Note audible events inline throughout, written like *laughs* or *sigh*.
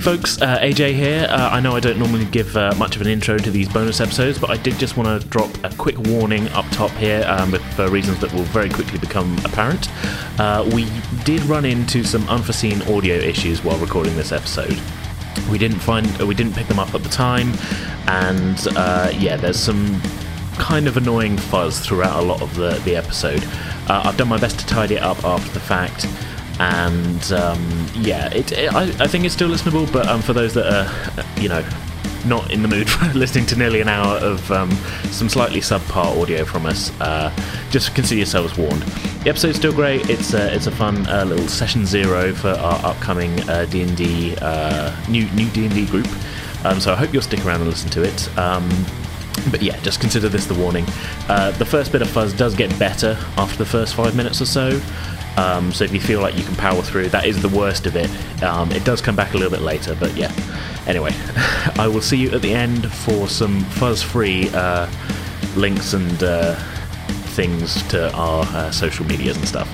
folks. Uh, AJ here. Uh, I know I don't normally give uh, much of an intro to these bonus episodes, but I did just want to drop a quick warning up top here um, with- for reasons that will very quickly become apparent. Uh, we did run into some unforeseen audio issues while recording this episode. We didn't find, uh, we didn't pick them up at the time, and uh, yeah, there's some kind of annoying fuzz throughout a lot of the, the episode. Uh, I've done my best to tidy it up after the fact, and um, yeah, it, it, I, I think it's still listenable. But um, for those that are, you know, not in the mood *laughs* for listening to nearly an hour of um, some slightly subpar audio from us, uh, just consider yourselves warned. The episode's still great. It's a, it's a fun uh, little session zero for our upcoming uh, D&D uh, new new D&D group. Um, so I hope you'll stick around and listen to it. Um, but yeah, just consider this the warning. Uh, the first bit of fuzz does get better after the first five minutes or so. Um, so if you feel like you can power through, that is the worst of it. Um, it does come back a little bit later, but yeah. Anyway, *laughs* I will see you at the end for some fuzz-free uh, links and uh, things to our uh, social medias and stuff.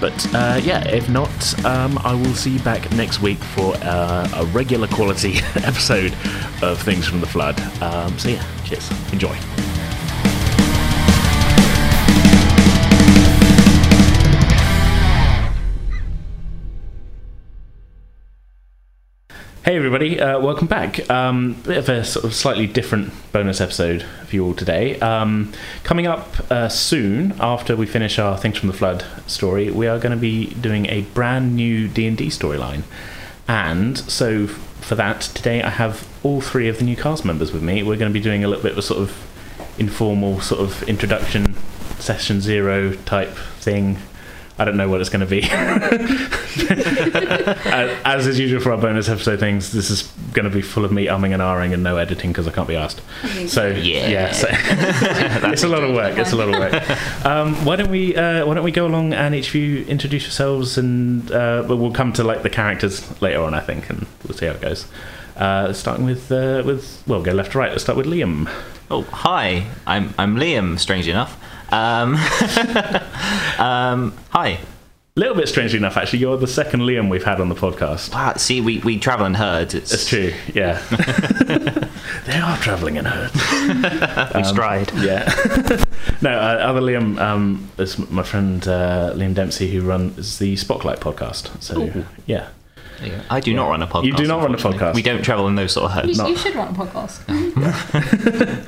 But uh, yeah, if not, um, I will see you back next week for uh, a regular quality *laughs* episode of Things from the Flood. Um, so yeah, cheers. Enjoy. Hey everybody, uh, welcome back. Um, bit of a sort of slightly different bonus episode for you all today. Um, coming up uh, soon, after we finish our Things from the Flood story, we are going to be doing a brand new D and D storyline. And so f- for that, today I have all three of the new cast members with me. We're going to be doing a little bit of a sort of informal sort of introduction session zero type thing. I don't know what it's going to be. as, as is usual for our bonus episode things, this is going to be full of me umming and ahhing and no editing because I can't be asked. So yeah, so- *laughs* it's a lot of work. It's a lot of work. Um, why don't we uh, Why don't we go along and each of you introduce yourselves and uh, but we'll come to like the characters later on, I think, and we'll see how it goes. Uh, starting with uh, with well, go left to right. Let's start with Liam. Oh, hi. I'm I'm Liam. Strangely enough. Um, *laughs* um, hi. Little bit strangely enough, actually, you're the second Liam we've had on the podcast. Wow. Ah, See, we we travel in herds. It's, That's true. Yeah, *laughs* they are travelling in herds. *laughs* we stride. Yeah. *laughs* no, uh, other Liam um, is m- my friend uh, Liam Dempsey who runs the Spotlight podcast. So yeah, Yeah. I do not run a podcast. You do not run a unfortunately. podcast. We don't travel in those sort of You, herds. Not- you should run a podcast.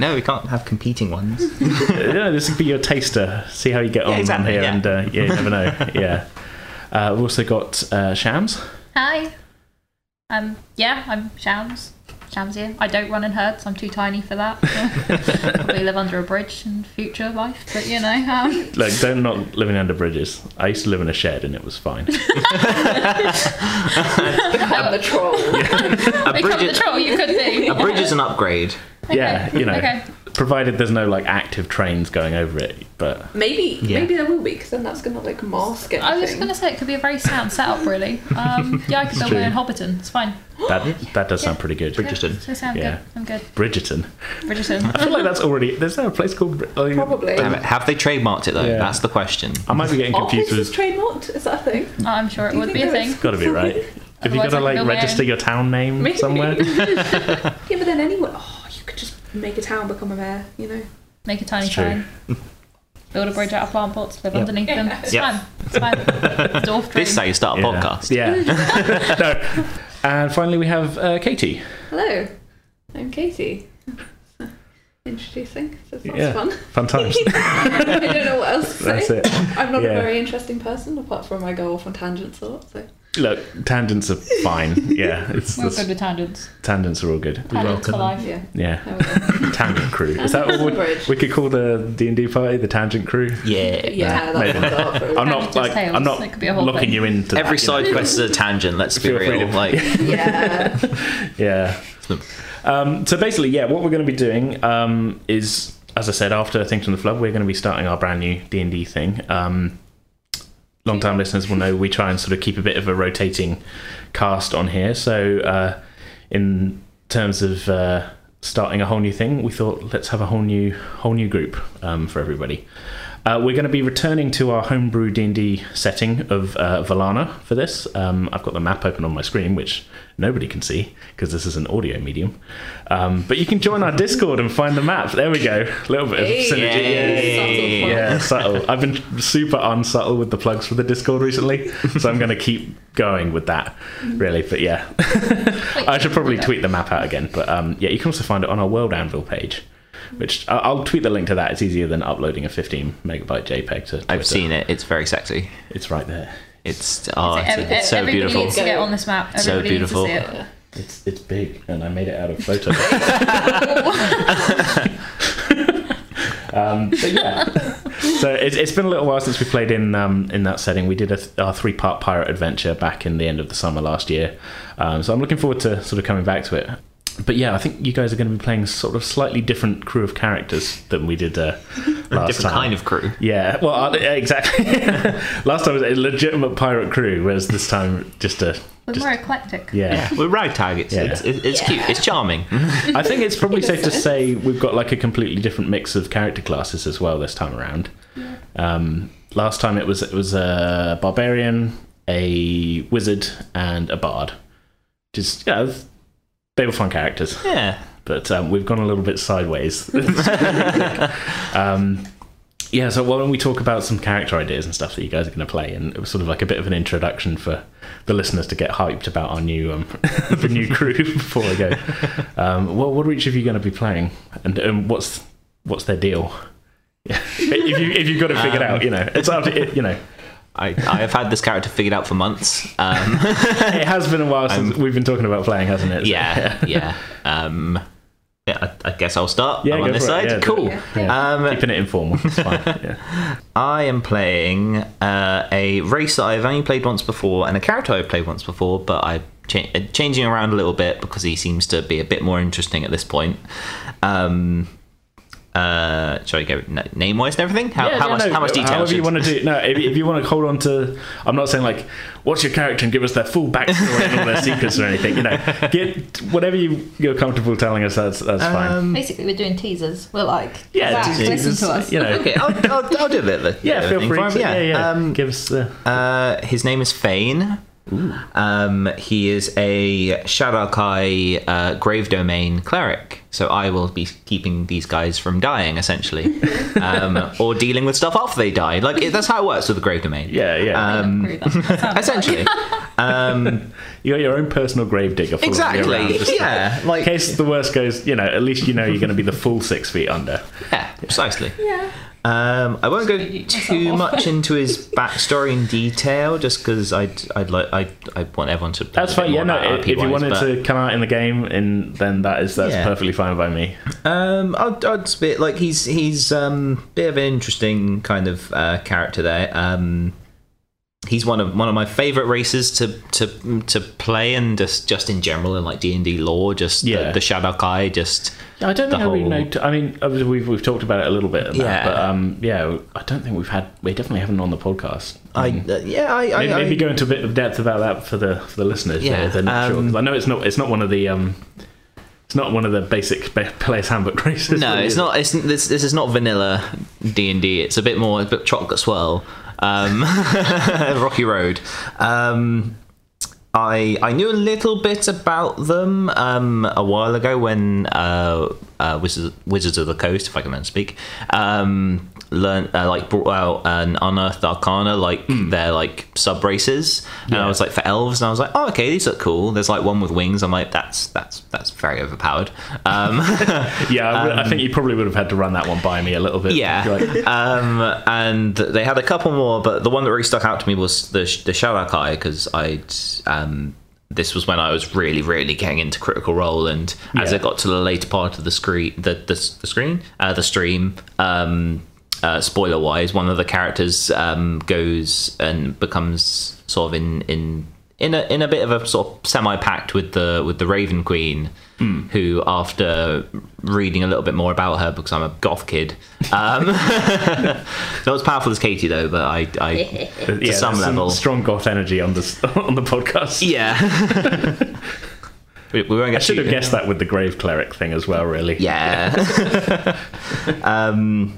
No, we can't have competing ones. *laughs* yeah, this could be your taster. See how you get on exactly, here, yeah. and uh, yeah, you never *laughs* know. yeah. Uh, we've also got uh, Shams. Hi. Um. Yeah, I'm Shams. Shams here. I don't run in herds. I'm too tiny for *laughs* that. Probably live under a bridge in future life, but you know. Um, Look, don't not living under bridges. I used to live in a shed, and it was *laughs* fine. Uh, become the *laughs* troll. A Become the bridge. troll. You could be. *laughs* A bridge is an upgrade. Yeah, you know, Okay. provided there's no like active trains going over it. But Maybe Yeah. maybe there will be because then that's gonna like mask it. I was gonna say it could be a very sound setup, really. *laughs* Um, yeah, I could build my own Hobbiton. It's fine. that that does sound pretty good. Bridgerton. So sound Yeah. good. I'm good. Bridgerton. Bridgerton. *laughs* Uh, I feel like that's already. There's there a place called. Bri- like- probably. Damn it, Have they trademarked it though? Yeah. That's the question. I might be getting Are confused places with trademarked? Is that a thing? Oh, I'm sure it you would think be a there thing. is- Got to be *laughs* right. Have you got Otherwise to I can like go register wearing- your town name *laughs* Maybe. somewhere? Yeah, but then anyone. Oh, you could just make a town become a mayor. You know. Make a tiny It's true. town. Build a bridge out of plant pots. Live underneath them. It's Yep. fine. It's fine. *laughs* Dwarf dream. This is how you start a Yeah. podcast. Yeah. *laughs* no. And finally, we have uh, Katie. Hello, I'm Katie. *laughs* Introducing. So that's yeah. fun. *laughs* Fun times. *laughs* I don't know what else to say. That's it. I'm not Yeah. a very interesting person apart from I go off on tangents a lot. So Look, tangents are fine. *laughs* Yeah, it's, We're it's- good with tangents. tangents are all good. Tangents for life. yeah. Yeah, there we go. tangent crew. Is that what we, Bridge. we could call the D and D party? The tangent crew. Yeah. *laughs* Yeah, that's maybe. what I *laughs* thought. I'm not Tangent like tales. I'm not It could be a whole locking thing. you into Every that, you know. side quest is a tangent. Let's be Feel free real. to- *laughs* Like Yeah. Yeah. Um, so basically, yeah, what we're going to be doing um, is, as I said, after Things from the Flood, we're going to be starting our brand new D and D thing. Um, long-time listeners will know we try and sort of keep a bit of a rotating cast on here. So, uh, in terms of uh, starting a whole new thing, we thought let's have a whole new whole new group um, for everybody. Uh, we're going to be returning to our homebrew D&D setting of uh, Valana for this. Um, I've got the map open on my screen, which nobody can see because this is an audio medium. Um, but you can join our Discord and find the map. There we go. A little bit of Hey. synergy. Yay. Subtle plug. Yeah, subtle. I've been super unsubtle with the plugs for the Discord recently, so I'm going to keep going with that, really. But yeah, I should probably tweet the map out again. But um, yeah, you can also find it on our World Anvil page, which I- I'll tweet the link to that. It's easier than uploading a 15 megabyte JPEG to. Twitter. I've seen it. It's very sexy. It's right there. It's oh, it's, Ev- it's so everybody beautiful. needs to get on this map. So Everybody beautiful. needs to see it. It's it's big, and I made it *laughs* out of photo. um, but yeah, so it's, it's been a little while since we played in um, in that setting. We did a, th- our three part pirate adventure back in the end of the summer last year, um, so I'm looking forward to sort of coming back to it. But yeah, I think you guys are going to be playing sort of slightly different crew of characters than we did *laughs* uh, last Different time. kind of crew. Yeah, well, I- yeah, *laughs* exactly. *laughs* last time was a legitimate pirate crew, whereas this time just a We're just, more eclectic. Yeah, we're ragtag. It's Yeah. it's, it's, it's cute. It's charming. I think it's probably safe to say we've got like a completely different mix of character classes as well this time around. Um, last time it was it was a barbarian, a wizard, and a bard. Just yeah, th- they were fun characters, yeah. but um, we've gone a little bit sideways. *laughs* um, yeah, so why don't we talk about some character ideas and stuff that you guys are going to play, and it was sort of like a bit of an introduction for the listeners to get hyped about our new um, *laughs* the new crew *laughs* before I go. Um, what, what are each of you going to be playing, and um, what's what's their deal? *laughs* if you if you've got it figured out, you know it's up to it, you know I, I have had this character figured out for months. Um, *laughs* it has been a while since we've been talking about playing, hasn't it? So- yeah, yeah. Um, yeah, I, I guess I'll start. Yeah, I'm on go this for it, side. yeah. cool. Yeah. Um, keeping it informal. It's fine. Yeah. I am playing uh, a race that I've only played once before and a character I've played once before, but I'm cha- uh, changing around a little bit because he seems to be a bit more interesting at this point. Um, uh, shall I go na- name wise and everything? How, Yeah, how yeah, much? no, how much detail? However you should- want to do. No, if, if you want to hold on to, I'm not saying like, what's your character and give us their full backstory and all *laughs* their secrets or anything. You know, get whatever you you're comfortable telling us. That's that's fine. Basically, we're doing teasers. We're like, Yeah, Um, Zach, teasers, listen to us. You know. Okay, I'll, I'll, I'll do a bit of it. *laughs* Yeah, feel free. Fine, to- yeah, yeah. Um, give us the. Uh, his name is Fane. Um, he is a Shadakai uh, Grave Domain cleric, so I will be keeping these guys from *laughs* dying, essentially, um, or dealing with stuff after they die. Like it, that's how it works with the Grave Domain. Yeah, yeah. Agree with that. *laughs* That sounds Essentially, you got your own personal grave digger. following you around, exactly. just Yeah, In like case the worst goes, you know, at least you know you're going to be the full six feet under. yeah, precisely. Yeah. Um, I won't go Speaking too myself. much into his backstory in detail, just because I'd I'd like I I want everyone to. That's fine. Yeah, no. If if you wanted to come out in the game, and then that is that's Yeah. perfectly fine by me. Um, I'd, I'd spit like he's he's um bit of an interesting kind of uh, character there. Um, he's one of one of my favorite races to to to play and just just in general and like D and D lore, just Yeah. the, the Shadokai, just Yeah, I don't the think I really whole- know. t- I mean, obviously we've we've talked about it a little bit, and that, Yeah. but um, yeah, I don't think we've had we definitely haven't on the podcast. I uh, yeah I Mm. Maybe, I, maybe I, go into a bit of depth about that for the for the listeners. Yeah, Yeah, they're not sure. um, 'Cause I know it's not it's not one of the um, it's not one of the basic ba- players handbook *laughs* races. no, really, it's is it? not. It's this. This is not vanilla D and D. It's a bit more a bit chocolate swirl. Um, *laughs* Rocky Road. Um, I I knew a little bit about them um, a while ago when uh, uh, Wizards, Wizards of the Coast, if I can then speak, um, learned uh, like brought out an unearthed arcana, like Hmm. their like sub races, and I was like for elves, and I was like, oh okay, these look cool. There's like one with wings. I'm like, that's that's that's very overpowered. Um, *laughs* Yeah, I re- I think you probably would have had to run that one by me a little bit. Yeah. Like, um, and they had a couple more, but the one that really stuck out to me was the the Sharakai because I um, this was when I was really really getting into Critical Role, and as Yeah. I got to the later part of the screen, the the, the screen, uh, the stream. Um, uh, spoiler wise, one of the characters um, goes and becomes sort of in in in a in a bit of a sort of semi pact with the with the Raven Queen, Hmm. who after reading a little bit more about her because I'm a goth kid, um, not as powerful as Katie though, but I I yeah, *laughs* to some there's level strong goth energy on this *laughs* on the podcast. yeah. *laughs* we, we won't get I should have too- guessed that with the grave cleric thing as well. Really. Yeah. *laughs* um,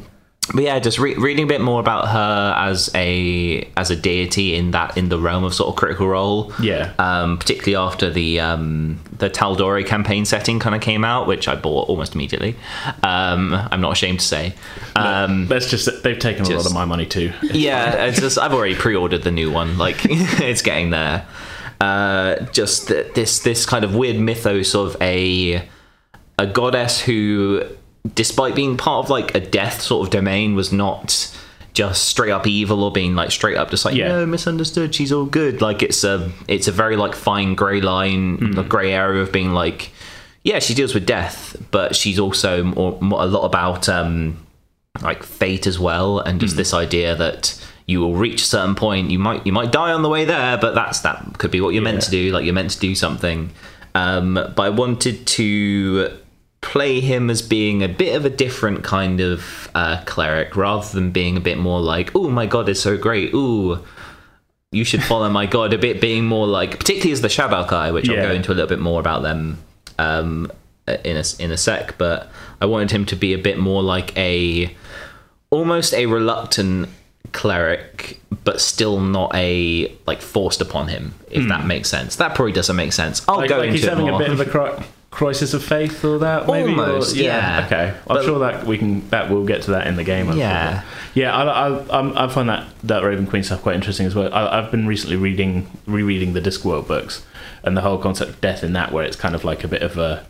but yeah, just re- reading a bit more about her as a as a deity in that in the realm of sort of critical role. Yeah. Um, particularly after the um, the Taldori campaign setting kind of came out, which I bought almost immediately. Um, I'm not ashamed to say. Um, That's just that they've taken a lot just- of my money too. yeah, it's just I've already pre-ordered the new one. Like *laughs* it's getting there. Uh, just th- this this kind of weird mythos of a a goddess who, despite being part of like a death sort of domain, was not just straight up evil or being like straight up just like Yeah. no misunderstood. She's all good. Like it's a it's a very like fine grey line, the grey area of being like. Yeah, she deals with death, but she's also more, more, a lot about um, like fate as well and just this idea that you will reach a certain point you might you might die on the way there but that's that could be what you're meant to do like you're meant to do something um but i wanted to play him as being a bit of a different kind of uh cleric rather than being a bit more like oh my god is so great ooh you should follow my god a bit being more like particularly as the shabakai which Yeah. i'll go into a little bit more about them um in a, in a sec but i wanted him to be a bit more like a almost a reluctant cleric but still not a like forced upon him if that makes sense that probably doesn't make sense i'll Hmm. Like, go like into he's it having more. a bit of a cri- crisis of faith or that maybe or- Almost, yeah. okay i'm But- sure that we can that we'll get to that in the game I'm sure. Yeah. yeah i i I'm- i find that that raven queen stuff quite interesting as well I, i've been recently reading rereading the discworld books and the whole concept of death in that where it's kind of like a bit of a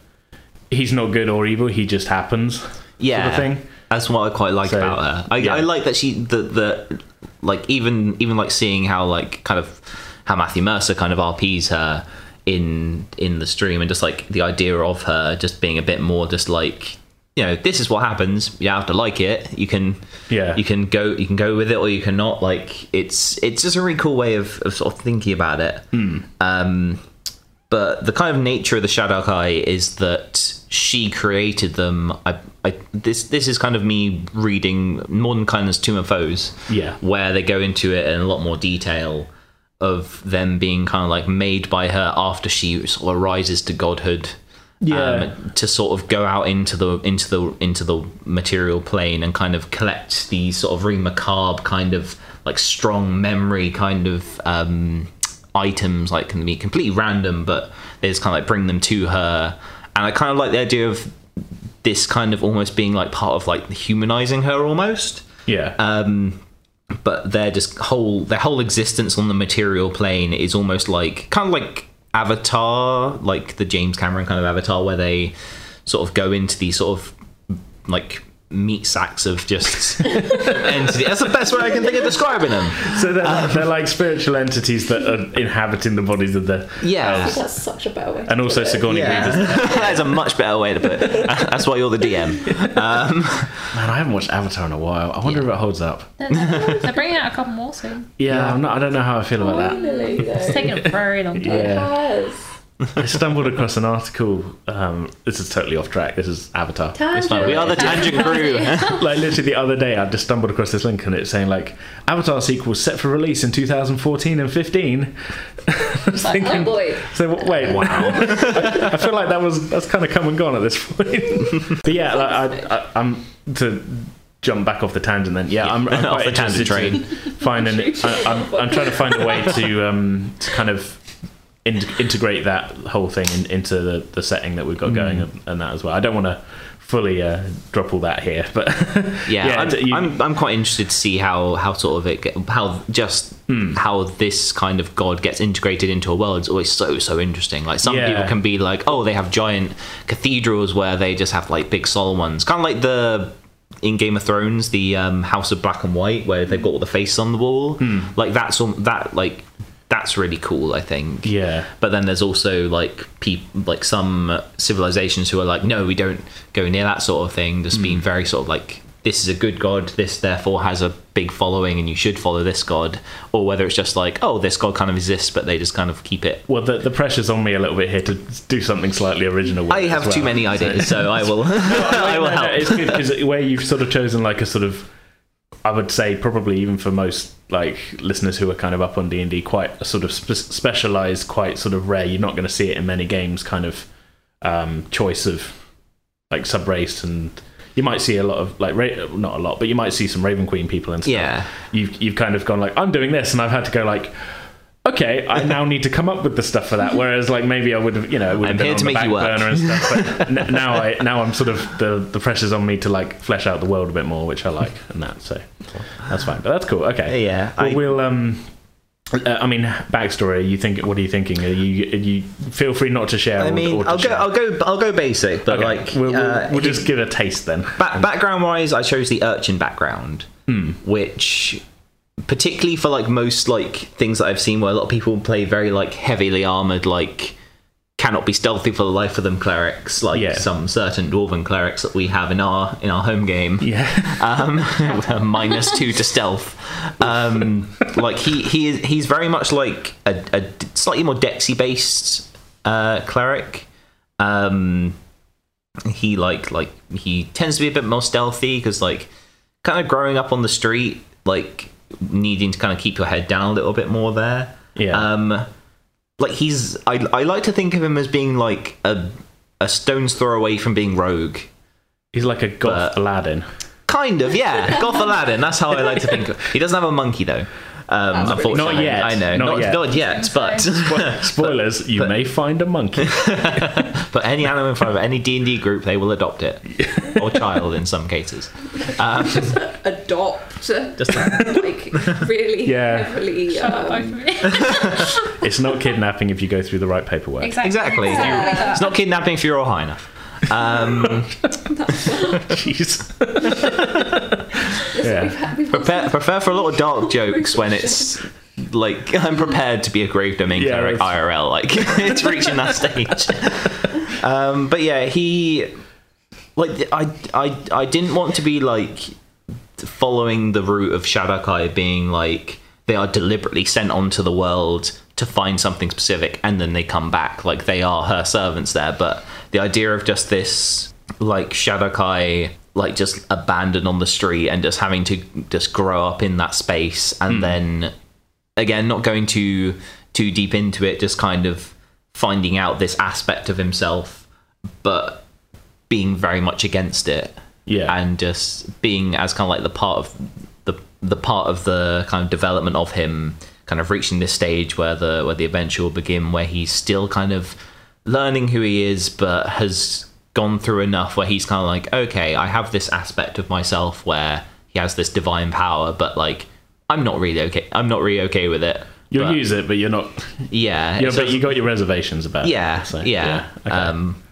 he's not good or evil he just happens yeah sort of thing that's what i quite like So, about her I, yeah. I like that she the the like even even like seeing how like kind of how matthew mercer kind of rps her in in the stream and just like the idea of her just being a bit more just like you know this is what happens you have to like it you can Yeah. you can go you can go with it or you cannot like it's it's just a really cool way of, of sort of thinking about it um but the kind of nature of the Shadokai is that she created them. I, I this this is kind of me reading Modern Kindness Tomb of Foes, Yeah. where they go into it in a lot more detail of them being kind of like made by her after she sort of rises to godhood. Yeah. um, to sort of go out into the into the into the material plane and kind of collect these sort of really macabre kind of like strong memory kind of um, items like can be completely random but they just kind of like bring them to her and I kind of like the idea of this kind of almost being like part of like humanizing her almost yeah Uh, but their just whole their whole existence on the material plane is almost like kind of like Avatar, like the James Cameron kind of Avatar, where they sort of go into these sort of like meat sacks of just entity. That's the best way I can think of describing them. so they're, um, like, they're like spiritual entities that are inhabiting the bodies of the Yeah. elves. That's such a better way. and also Sigourney Weaver's *laughs* that's a much better way to put it. That's why you're the DM. man I haven't watched Avatar in a while I wonder if it holds up They're they're bringing out a couple more soon. yeah, I'm not, I don't know how I feel about that Finally, It's though. taking a very long *laughs* time. yeah Yes. I stumbled across an article. Um, this is totally off track. This is Avatar. Tangent. Like, we are the tangent crew. *laughs* Like literally the other day, I just stumbled across this link and it's saying like Avatar sequel set for release in 2014 and *laughs* 15. I was Oh thinking, boy. so w- wait, wow. *laughs* I feel like that was that's kind of come and gone at this point. *laughs* but yeah, like, I, I, I'm to jump back off the tangent. Then yeah, I'm, I'm Off quite the tangent interested train. to find *laughs* an. I, I'm, I'm trying to find a way to um, to kind of in- integrate that whole thing in- into the, the setting that we've got going Mm. and, and that as well. I don't want to fully uh, drop all that here, but *laughs* *laughs* yeah, d- I'm, you- I'm, I'm quite interested to see how how sort of it get- how just Hmm. how this kind of god gets integrated into a world is always so so interesting like some Yeah. people can be like oh they have giant cathedrals where they just have like big solemn ones kind of like the in Game of Thrones the um, House of Black and White where they've got all the faces on the wall Hmm. like that's all that like that's really cool I think yeah, but then there's also like people like some civilizations who are like no we don't go near that sort of thing just being very sort of like this is a good god this therefore has a big following and you should follow this god or whether it's just like oh this god kind of exists but they just kind of keep it well, the, the pressure's on me a little bit here to do something slightly original. With i it have as well. too many ideas so i *laughs* will i will No, no, help it's good because where you've sort of chosen like a sort of, I would say probably even for most like listeners who are kind of up on D and D, quite a sort of spe- specialized, quite sort of rare. You're not going to see it in many games. Kind of um, choice of like sub race and you might see a lot of like ra- not a lot, but you might see some Raven Queen people and stuff. Yeah. You've you've kind of gone like I'm doing this, and I've had to go like. Okay, *laughs* I now need to come up with the stuff for that. Whereas, like maybe I would have, you know, would I'm have been here on to the make back you work. burner and stuff. *laughs* But n- now I now I'm sort of the the pressure's on me to like flesh out the world a bit more, which I like, and that so that's fine. But that's cool. Okay, Yeah, Well, I- we'll um, uh, I mean, backstory. You think? What are you thinking? Are you? Are you feel free not to share. I or- mean, or to I'll go, share. I'll go, I'll go basic, but Okay, like, we'll, we'll, uh, we'll just give it a taste then. Ba- background wise, I chose the urchin background, which particularly for like most like things that I've seen where a lot of people play very like heavily armored, like cannot be stealthy for the life of them clerics, like Yeah. some certain dwarven clerics that we have in our in our home game. Yeah. Um, with a *laughs* minus two to stealth. Um, like he he is he's very much like a, a slightly more dexy based uh, cleric. Um, he like like he tends to be a bit more stealthy because like kind of growing up on the street, like needing to kind of keep your head down a little bit more there. Yeah. Um, like he's I I like to think of him as being like a a stone's throw away from being rogue. *laughs* He's like a goth But- Aladdin. Kind of, *laughs* yeah. Goth Aladdin. That's how I like to think. of He doesn't have a monkey though. Um, That's pretty unfortunately, Not yet. I know, Not not, yet. not yet. But *laughs* Spoilers: You may find a monkey. but any animal in front of any D and D group, they will *laughs* adopt it, or child in some cases. Adopt. *laughs* Just like really *laughs* Yeah. heavily. Um, it's not kidnapping if you go through the right paperwork. exactly. exactly. Yeah. It's not kidnapping if you're all high enough. Um, *laughs* *laughs* Jeez. yeah. we've got Prepare, prepare for a lot of dark jokes when it's like *laughs* I'm prepared to be a grave domain Yeah, cleric it's- IRL. Like *laughs* it's reaching that *laughs* stage. Um, but yeah, he like I I I didn't want to be like following the route of Shadokai being like they are deliberately sent onto the world to find something specific and then they come back like they are her servants there but the idea of just this like Shadokai like just abandoned on the street and just having to just grow up in that space and then again not going too too deep into it just kind of finding out this aspect of himself but being very much against it Yeah. and just being as kind of like the part of the the part of the kind of development of him kind of reaching this stage where the where the adventure will begin where he's still kind of learning who he is but has gone through enough where he's kind of like okay I have this aspect of myself where he has this divine power but like I'm not really okay I'm not really okay with it You'll But, use it, but you're not. yeah Yeah, it's but just- you got your reservations about. yeah, it, so, yeah. Okay. Um,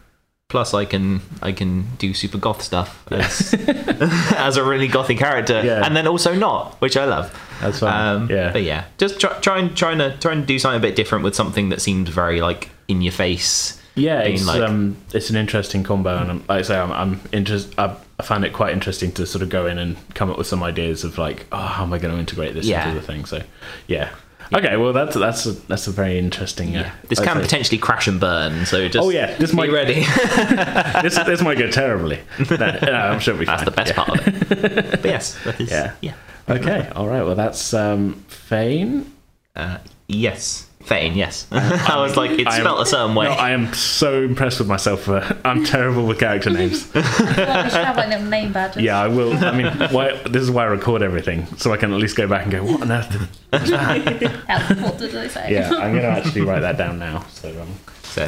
plus, I can I can do super goth stuff *laughs* as, *laughs* as a really gothy character, Yeah. and then also not, which I love. That's fine. Um, Yeah. but yeah, just try, try and trying to try and do something a bit different with something that seems very like in your face. Yeah, being it's like- um, it's an interesting combo, and I'm, like I say, I'm, I'm interest. I, I found it quite interesting to sort of go in and come up with some ideas of like, oh, how am I going to integrate this Yeah. into the thing? So, yeah. Okay, well, that's that's a, that's a very interesting. Uh, Yeah. This I'd can say- potentially crash and burn, so just Oh, yeah, this be might- ready. *laughs* this this might go terribly. No, no, I'm sure we. That's the best part of it. *laughs* But yes, that is, Yeah. yeah, Okay, all right. Well, that's um, Fane. uh, yes, Fane, yes. *laughs* I was like, it's I'm- spelt a certain way. No, Oh, I am so impressed with myself. For, I'm terrible with character names. Well, we should have like little name badges. Yeah, I will. I mean, why, this is why I record everything, so I can at least go back and go, what on earth? did-" Elf, what did I say? Yeah, I'm going to actually write that down now. So um, So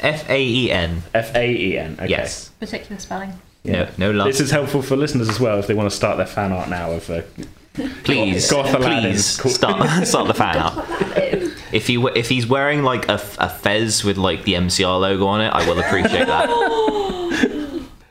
F A E N. F A E N. Okay. Yes. Particular spelling. No, no love. This is helpful for listeners as well if they want to start their fan art now of uh, please, Goth Aladdin. please Cool. start *laughs* start the fan up. If he we- if he's wearing like a, f- a fez with like the MCR logo on it, I will appreciate that.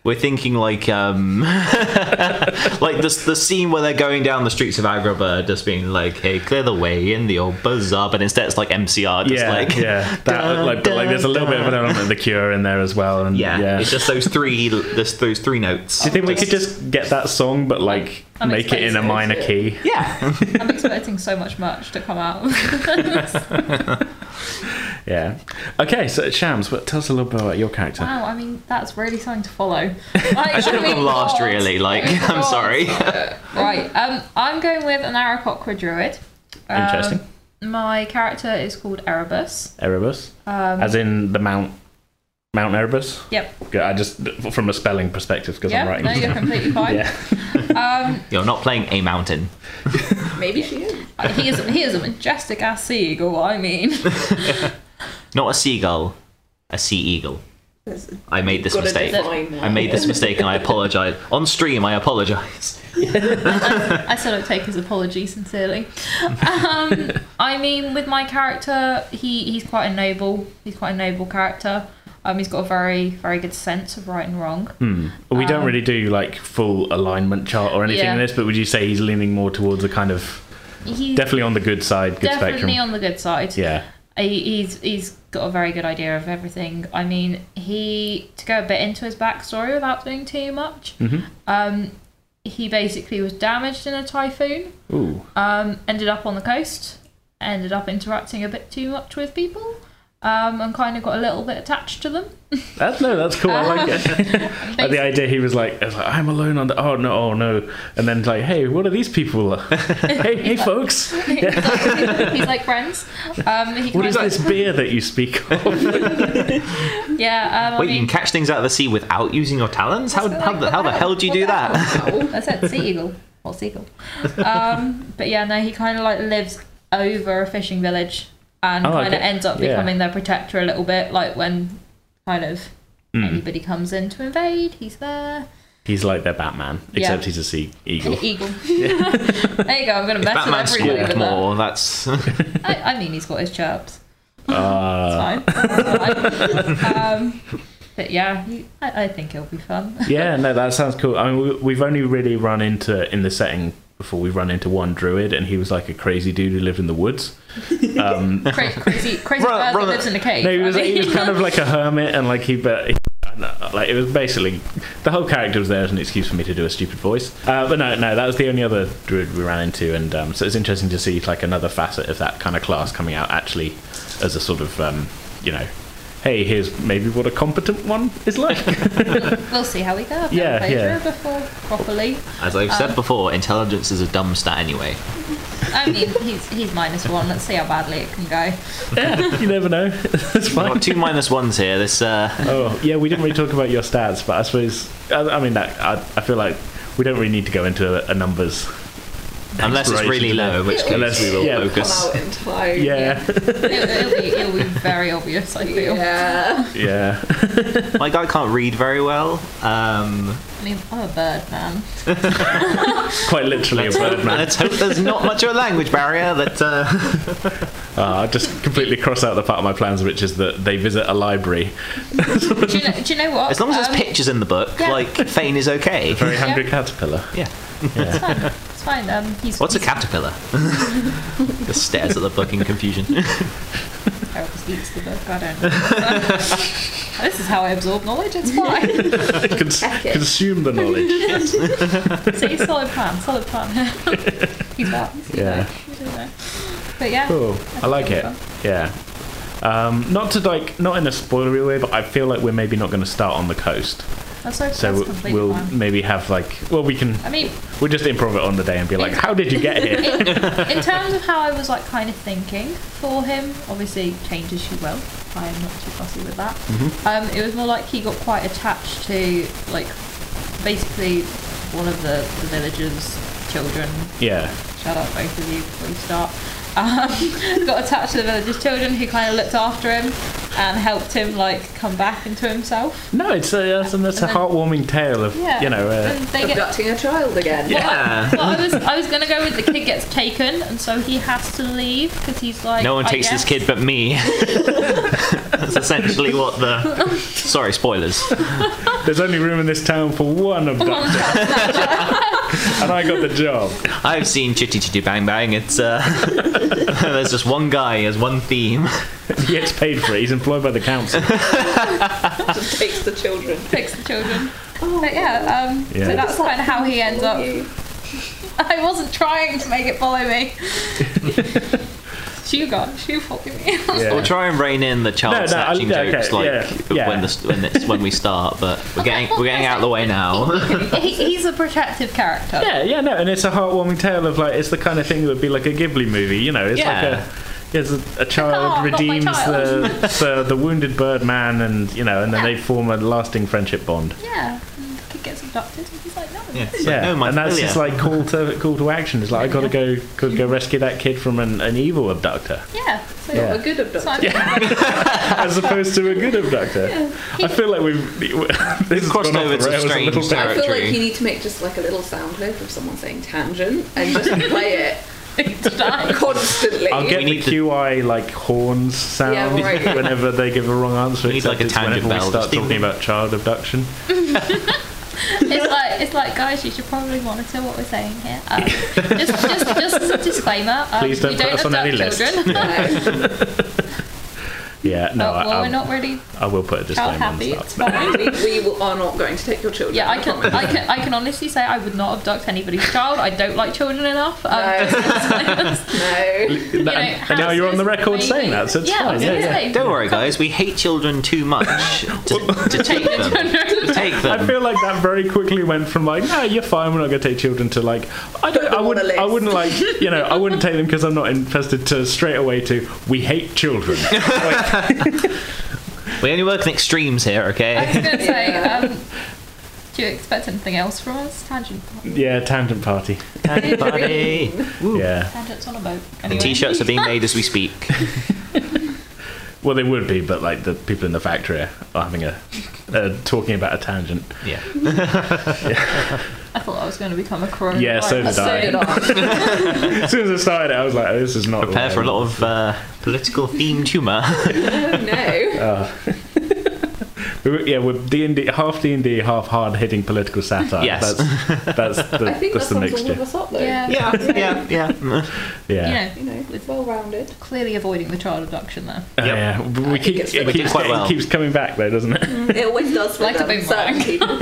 We're thinking like um *laughs* like the the scene where they're going down the streets of Agrabah, just being like, "Hey, clear the way in the old bazaar," but instead it's like MCR, just yeah, like yeah. That, uh, like, but, like, there's a little bit of an element of the Cure in there as well, and *laughs* yeah, yeah. It's just those three this those three notes. Do you think we could just get that song, but like I'm make it in a excited. minor key? yeah. *laughs* I'm expecting so much merch to come out. Yeah. Okay, so Shams, what, tell us a little bit about your character. wow, I mean, that's really something to follow. I should have gone last, really. Like, I'm sorry. *laughs* Right, um, I'm going with an Aarakocra druid. Um, Interesting. My character is called Erebus. Um, Erebus, as in the Mount Mount Erebus. Yep. Good, I just from a spelling perspective because I'm Yeah. writing. No, this you're down. completely fine. Yeah. Um, You're not playing a mountain. Maybe she is. Uh, he is he is a majestic ass sea eagle. I mean, Not a seagull, a sea eagle. There's- I made this gotta mistake. define I made this mistake and I apologize. On stream, I apologize. I still don't take his apology sincerely. Um, I mean, with my character, he he's quite a noble. He's quite a noble character. Um, he's got a very very good sense of right and wrong. We don't really do like full alignment chart or anything Um, Yeah. in this, but would you say he's leaning more towards a kind of He's definitely on the good side, good definitely spectrum? on the good side. yeah. He, he's he's got a very good idea of everything. I mean, he to go a bit into his backstory without doing too much. Mm-hmm. Um, he basically was damaged in a typhoon. Ooh. Um, ended up on the coast. Ended up interacting a bit too much with people. Um, and kind of got a little bit attached *laughs* to them. *laughs* That's no, that's cool. I like it. like the idea he was like, I was like, I'm alone on the. Oh no, oh no. And then like, hey, what are these *laughs* people? hey, hey, folks. He's like friends. Um, he What is kinda- this beer that you speak of? Yeah. Um, Wait, I you can mean, catch things out of the sea without using your talons? How, how, the, how the hell do you do that? I said Oh, sea eagle or seagull. Um, but yeah, no, he kind of like lives over a fishing village and Oh, kind of okay. ends up Yeah. becoming their protector a little bit. Like when kind of Hmm. anybody comes in to invade, he's there. He's like their Batman, except he's a sea eagle. An *laughs* eagle. there you go. I'm gonna mess with Batman everybody with that. Swartmore, that's. *laughs* I, I mean, he's got his chirps. Uh, Fine. It's fine. um, but yeah, he, I, I think it'll be *laughs* fun. yeah, no, that sounds cool. I mean, we, we've only really run into in the setting before we run into one druid, and he was like a crazy dude who lived in the woods. Cra- crazy, crazy Rather- bird that rather- lives in a cave. No, he was, I he was mean- kind of like a hermit, and like he, but he, like it was basically the whole character was there as an excuse for me to do a stupid voice. Uh, but no, no, that was the only other druid we ran into, and um, so it's interesting to see like another facet of that kind of class coming out actually as a sort of um, you know. Hey, here's maybe what a competent one is like. *laughs* We'll see how we go. I've Yeah, never played yeah. Druid before properly. As I've said before, intelligence is a dumb stat anyway. I mean, he's he's minus one. Let's see how badly it can go. yeah, you never know. *laughs* That's I've fine. got two minus ones here. This uh, Oh, yeah, we didn't really talk about your stats, but I suppose I, I mean that I, I feel like we don't really need to go into a, a numbers. unless it's Exploration really today. low, which Unless- case we will yeah. focus. Come out in time. Yeah, It, it'll be it'll be very obvious. I feel. Yeah. yeah. My guy can't read very well. Um, I mean, I'm a bird man. Quite literally a bird man. *laughs* let's hope there's not much of a language barrier. That uh, Uh, I just completely cross out the part of my plans, which is that they visit a library. Do you know? Do you know what? as long as there's Um, pictures in the book, yeah. like Fane *laughs* is okay. Very hungry Yeah. *laughs* caterpillar. Yeah. it's fine. It's fine. Um, he's What's a he's caterpillar? *laughs* Just stares at the book in confusion. terrible. He eats the book. I don't know. *laughs* this is how I absorb knowledge. It's *laughs* fine. Cons- Check it. consume the *laughs* knowledge. see, solid plan. Solid plan. *laughs* he's back. He's Yeah. back. We don't know. But yeah. Cool. Oh, I like it. That'll be Yeah. Um, not to like, not in a spoilery way, but I feel like we're maybe not going to start on the coast. That's, so, So that's we'll, completely we'll fine. maybe have like, well, we can, I mean, we'll just improv it on the day and be like, how did you get *laughs* here? in terms of how I was like kind of thinking for him, obviously changes she will. I am not too fussy with that. Um, it was more like he got quite attached to like basically one of the, the villagers' children. yeah. Shout out both of you before you start. Um, *laughs* got attached to the villagers' children who kind of looked after him and helped him like come back into himself. No, it's a, that's, and that's a And then- heartwarming tale of, Yeah, you know, uh, and they get *laughs* Abducting a child again. Yeah. Well, I was I was gonna go with the kid gets taken, and so he has to leave because he's like. No one I takes this guess- kid but me. That's essentially what the. Sorry, spoilers. there's only room in this town for one Oh abductor. and I got the *laughs* job. I've seen Chitty Chitty Bang Bang. It's uh, *laughs* there's just one guy, there's one theme. He gets paid for it. He's employed by the *laughs* council. Just takes the children. Takes the children. But yeah, um, Yeah. so that's kind of how he ends up. *laughs* I wasn't trying to make it follow *laughs* me. she got, she followed me. Yeah. We'll try and rein in the child No, no, snatching I- okay, jokes like yeah, yeah. when the, when it's when we start, but we're getting we're getting out of the *laughs* way now. *laughs* he, he's a protective character. Yeah, yeah, no, and it's a heartwarming tale of like it's the kind of thing that would be like a Ghibli movie, you know. It's Yeah. like Yes, a, a child not my redeems child. *laughs* The, the the wounded bird man, and you know, and then they form a lasting friendship bond. Yeah, and the kid gets abducted, and he's like, no. Yeah, it's like, Yeah, no, my and that's failure. just like call to call to action. It's like I gotta go, gotta go rescue that kid from an, an evil abductor, Yeah, so Yeah. A *laughs* *laughs* good So I'm abductor. as opposed to a good abductor. I feel like we've *laughs* this has crossed gone off over the to rails a strange little bit. I feel like territory. you need to make just like a little sound clip of someone saying tangent and just play *laughs* to die. it constantly. I'll get We the need to- QI like horns sound Yeah, right. *laughs* whenever they give a wrong answer. We need, except like, a it's tangent whenever bell, we start just ding, talking ding. about child abduction. It's like it's like guys, you should probably monitor what we're saying here. Um, *laughs* just, just, just as a disclaimer, um, Please don't we put don't us on any abduct list. children. No. Yeah, no, Oh, well, I, we're um, not really I will put a disclaimer child on happy. that. It's fine. we, we will- are not going to take your children. Yeah, I I can, *laughs* promise. I can, I can honestly say I would not abduct anybody's child. I don't like children enough. Um, No. And- know, and now you're on the houses, record maybe. saying that, so it's yeah, fine. I Yeah, was yeah. gonna say, Don't worry, guys. We hate children too much to, to take them. To take I them. feel like that very quickly went from like, no, you're fine, we're not going to take children to like, I don't, Put them I on wouldn't, a I wouldn't like, you know, I wouldn't take them because I'm not interested. To straight away to, we hate *laughs* children. Like, We only work in extremes here, I was okay? gonna say, um, do you expect anything else from us? Tangent, yeah, tangent party. Everybody. Yeah, tangents on a boat. And Anyway. t-shirts are being made as we speak. well, they would be, but like the people in the factory are having a, uh, talking about a tangent. Yeah. *laughs* I thought I was going to become a crow. Yeah, so did So I. did I. *laughs* As soon as I started, it, I was like, this is not. the Prepare way for a I lot of uh, political themed humour. *laughs* Oh, *laughs* no. We were- yeah, we're D and D, half D and D, half hard-hitting political satire. Yes. that's, *laughs* that's the I think Uh, that's the that sums all of mixture. us up though. Yeah. yeah, yeah, yeah. Yeah, You You know, know, well rounded. clearly avoiding the child abduction there. Uh, Yep. yeah. but We keep, it's- Mm. it we keeps, did quite getting- well. keeps coming back though, doesn't it? It always does. Like a them, big certain bang. people.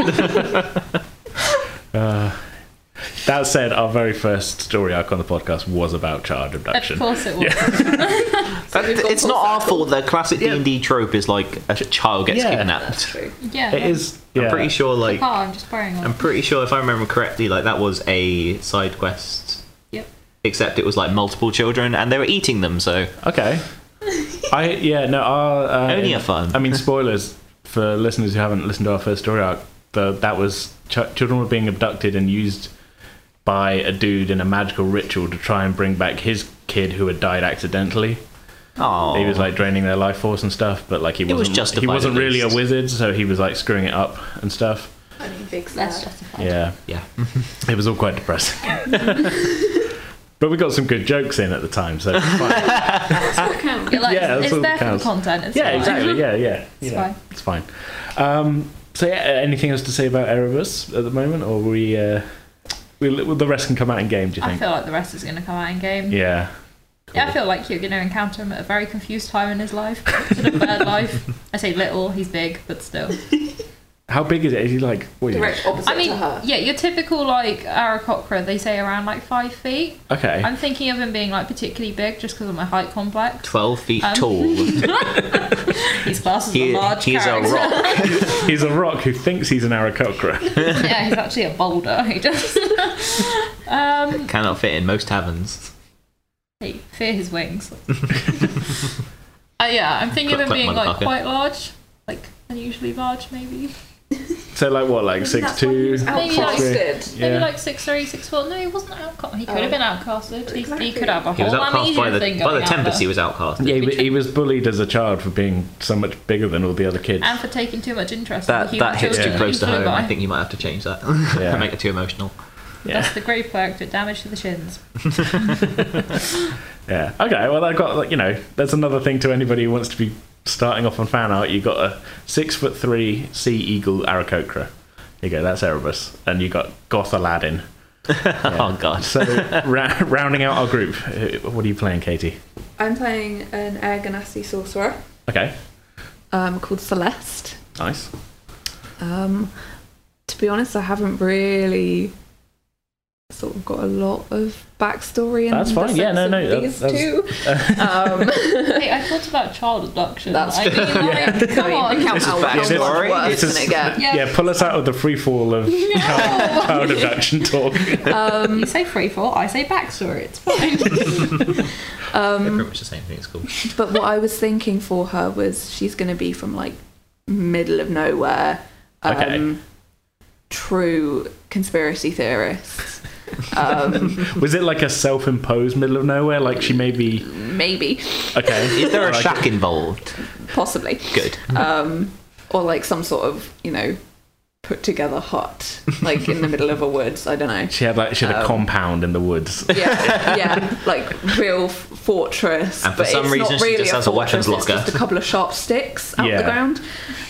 that said, our very first story arc on the podcast was about child abduction. Of course it was. That- we've gone it's full not our circle. fault. The classic Yeah. D&D trope is like a child gets Yeah. *laughs* That's kidnapped. true. *laughs* Yeah. It is. I'm yeah. pretty sure, like, um, Papa, I'm just wearing one. I'm pretty sure if I remember correctly, like that was a side quest. Yep. Except it was like multiple children, and they were eating them. So Okay. I yeah no. Our, uh, Only a fun. I mean, spoilers for listeners who haven't listened to our first story arc. The, that was ch- children were being abducted and used by a dude in a magical ritual to try and bring back his kid who had died accidentally. oh, He was like draining their life force and stuff, but like he was wasn't. he justified, wasn't at really a least. wizard, so he was like screwing it up and stuff. I mean, big That's sad. justified. Yeah, yeah, Mm-hmm. it was all quite *laughs* depressing. but we got some good jokes in at the time, so it's *laughs* fine. You're like, Yeah, that's it's all that there for the counts. content. It's yeah, fine. *laughs* exactly. Yeah, yeah. It's you know, fine. It's fine. Um, so yeah, anything else to say about Erebus at the moment, or we? Uh, will, will the rest can come out in game? Do you I think? feel like the rest is going to come out in game. yeah. Yeah, I feel like you're going to encounter him at a very confused time in his life, sort of bird life. I say little, he's big, but still. How big is it? Is he like? What is he? Direct opposite I mean, to her. yeah, your typical like Aracocra, they say around like five feet. Okay. I'm thinking of him being like particularly big just because of my height complex. twelve feet Um, tall. He's classed as He, a large he is a character. rock. He's a rock who thinks he's an Aarakocra. *laughs* yeah, he's actually a boulder. *laughs* He does. um, Cannot fit in most taverns. hey, fear his *laughs* wings. uh, yeah, I'm thinking of him Cluck, cluck, being like motherfucker. quite large, like unusually large, maybe. so like what, like Maybe six Oh, that's why he two? was Maybe like- outcasted. Yeah. Maybe like six three, six four. No, he wasn't outcast. He could have been outcasted. He, he Oh. Exactly. could have a He whole was outcast by amnesia the thing by going the out Tempest. there. He was outcast. Yeah, he, he was bullied as a child for being so much bigger than all the other kids. and for taking too much interest. in That the human that hits too children Yeah. he close to flew home. by. I think you might have to change *laughs* that. Yeah. Make it too emotional. yeah. that's the grey plague that damage to the *laughs* shins. yeah. Okay. Well, I've got like, you know, that's another thing to anybody who wants to be starting off on fan art. You got a six foot three sea eagle Aarakocra. There You go. That's Erebus, and you got Goth Aladdin. Oh god. *laughs* So ra- rounding out our group, uh, what are you playing, Katie? I'm playing an Air Ganassi sorcerer Okay. um, called Celeste. Nice. Um, to be honest, I haven't really sort of got a lot of backstory and That's fine, The yeah, no, sex no, of that's- These that's- two. Um, Hey, I thought about child abduction. That's I mean, true. like, *laughs* *laughs* come on. Count is how backstory. much This worse is- than it gets. Yeah. Yeah, pull us out of the free fall of child, *laughs* child abduction talk. You say free fall, I say backstory. It's fine. *laughs* Um, They're pretty much the same thing. It's cool. But what I was thinking for her was she's going to be from like middle of nowhere, um, Okay. true *laughs* conspiracy theorist, um, Was it like a self-imposed middle of nowhere? Like she may be maybe, okay. Is there I a like shack involved? possibly, Good. um, or like some sort of you know put together hut like in the middle of a woods. I don't know. it. She had like she had a Um, compound in the *laughs* woods. Yeah, yeah, like real f- fortress. And for but some it's reason not she really just a has a weapons fortress, locker. It's just a couple of sharp sticks out Yeah. the ground.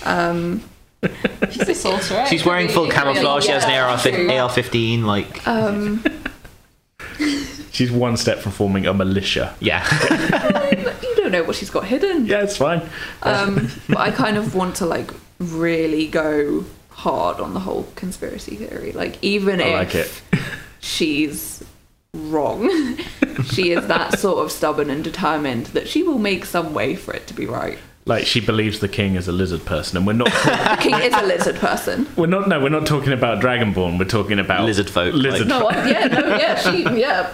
Um, She's a sorcerer. She's wearing full camouflage. She has an AR-15. Yeah. like, um, She's one step from forming a militia. yeah. *laughs* you don't know what she's got hidden. Yeah, it's fine. Um, but I kind of want to like really go hard on the whole conspiracy theory. Like even I if like it. she's wrong, *laughs* she is that sort of stubborn and determined that she will make some way for it to be right. Like she believes the king is a lizard person, and we're not *laughs* The king is a lizard person. we're not no we're not talking about dragonborn. We're talking about Lizard folk, Lizard No, I, yeah, no, yeah, she, yeah.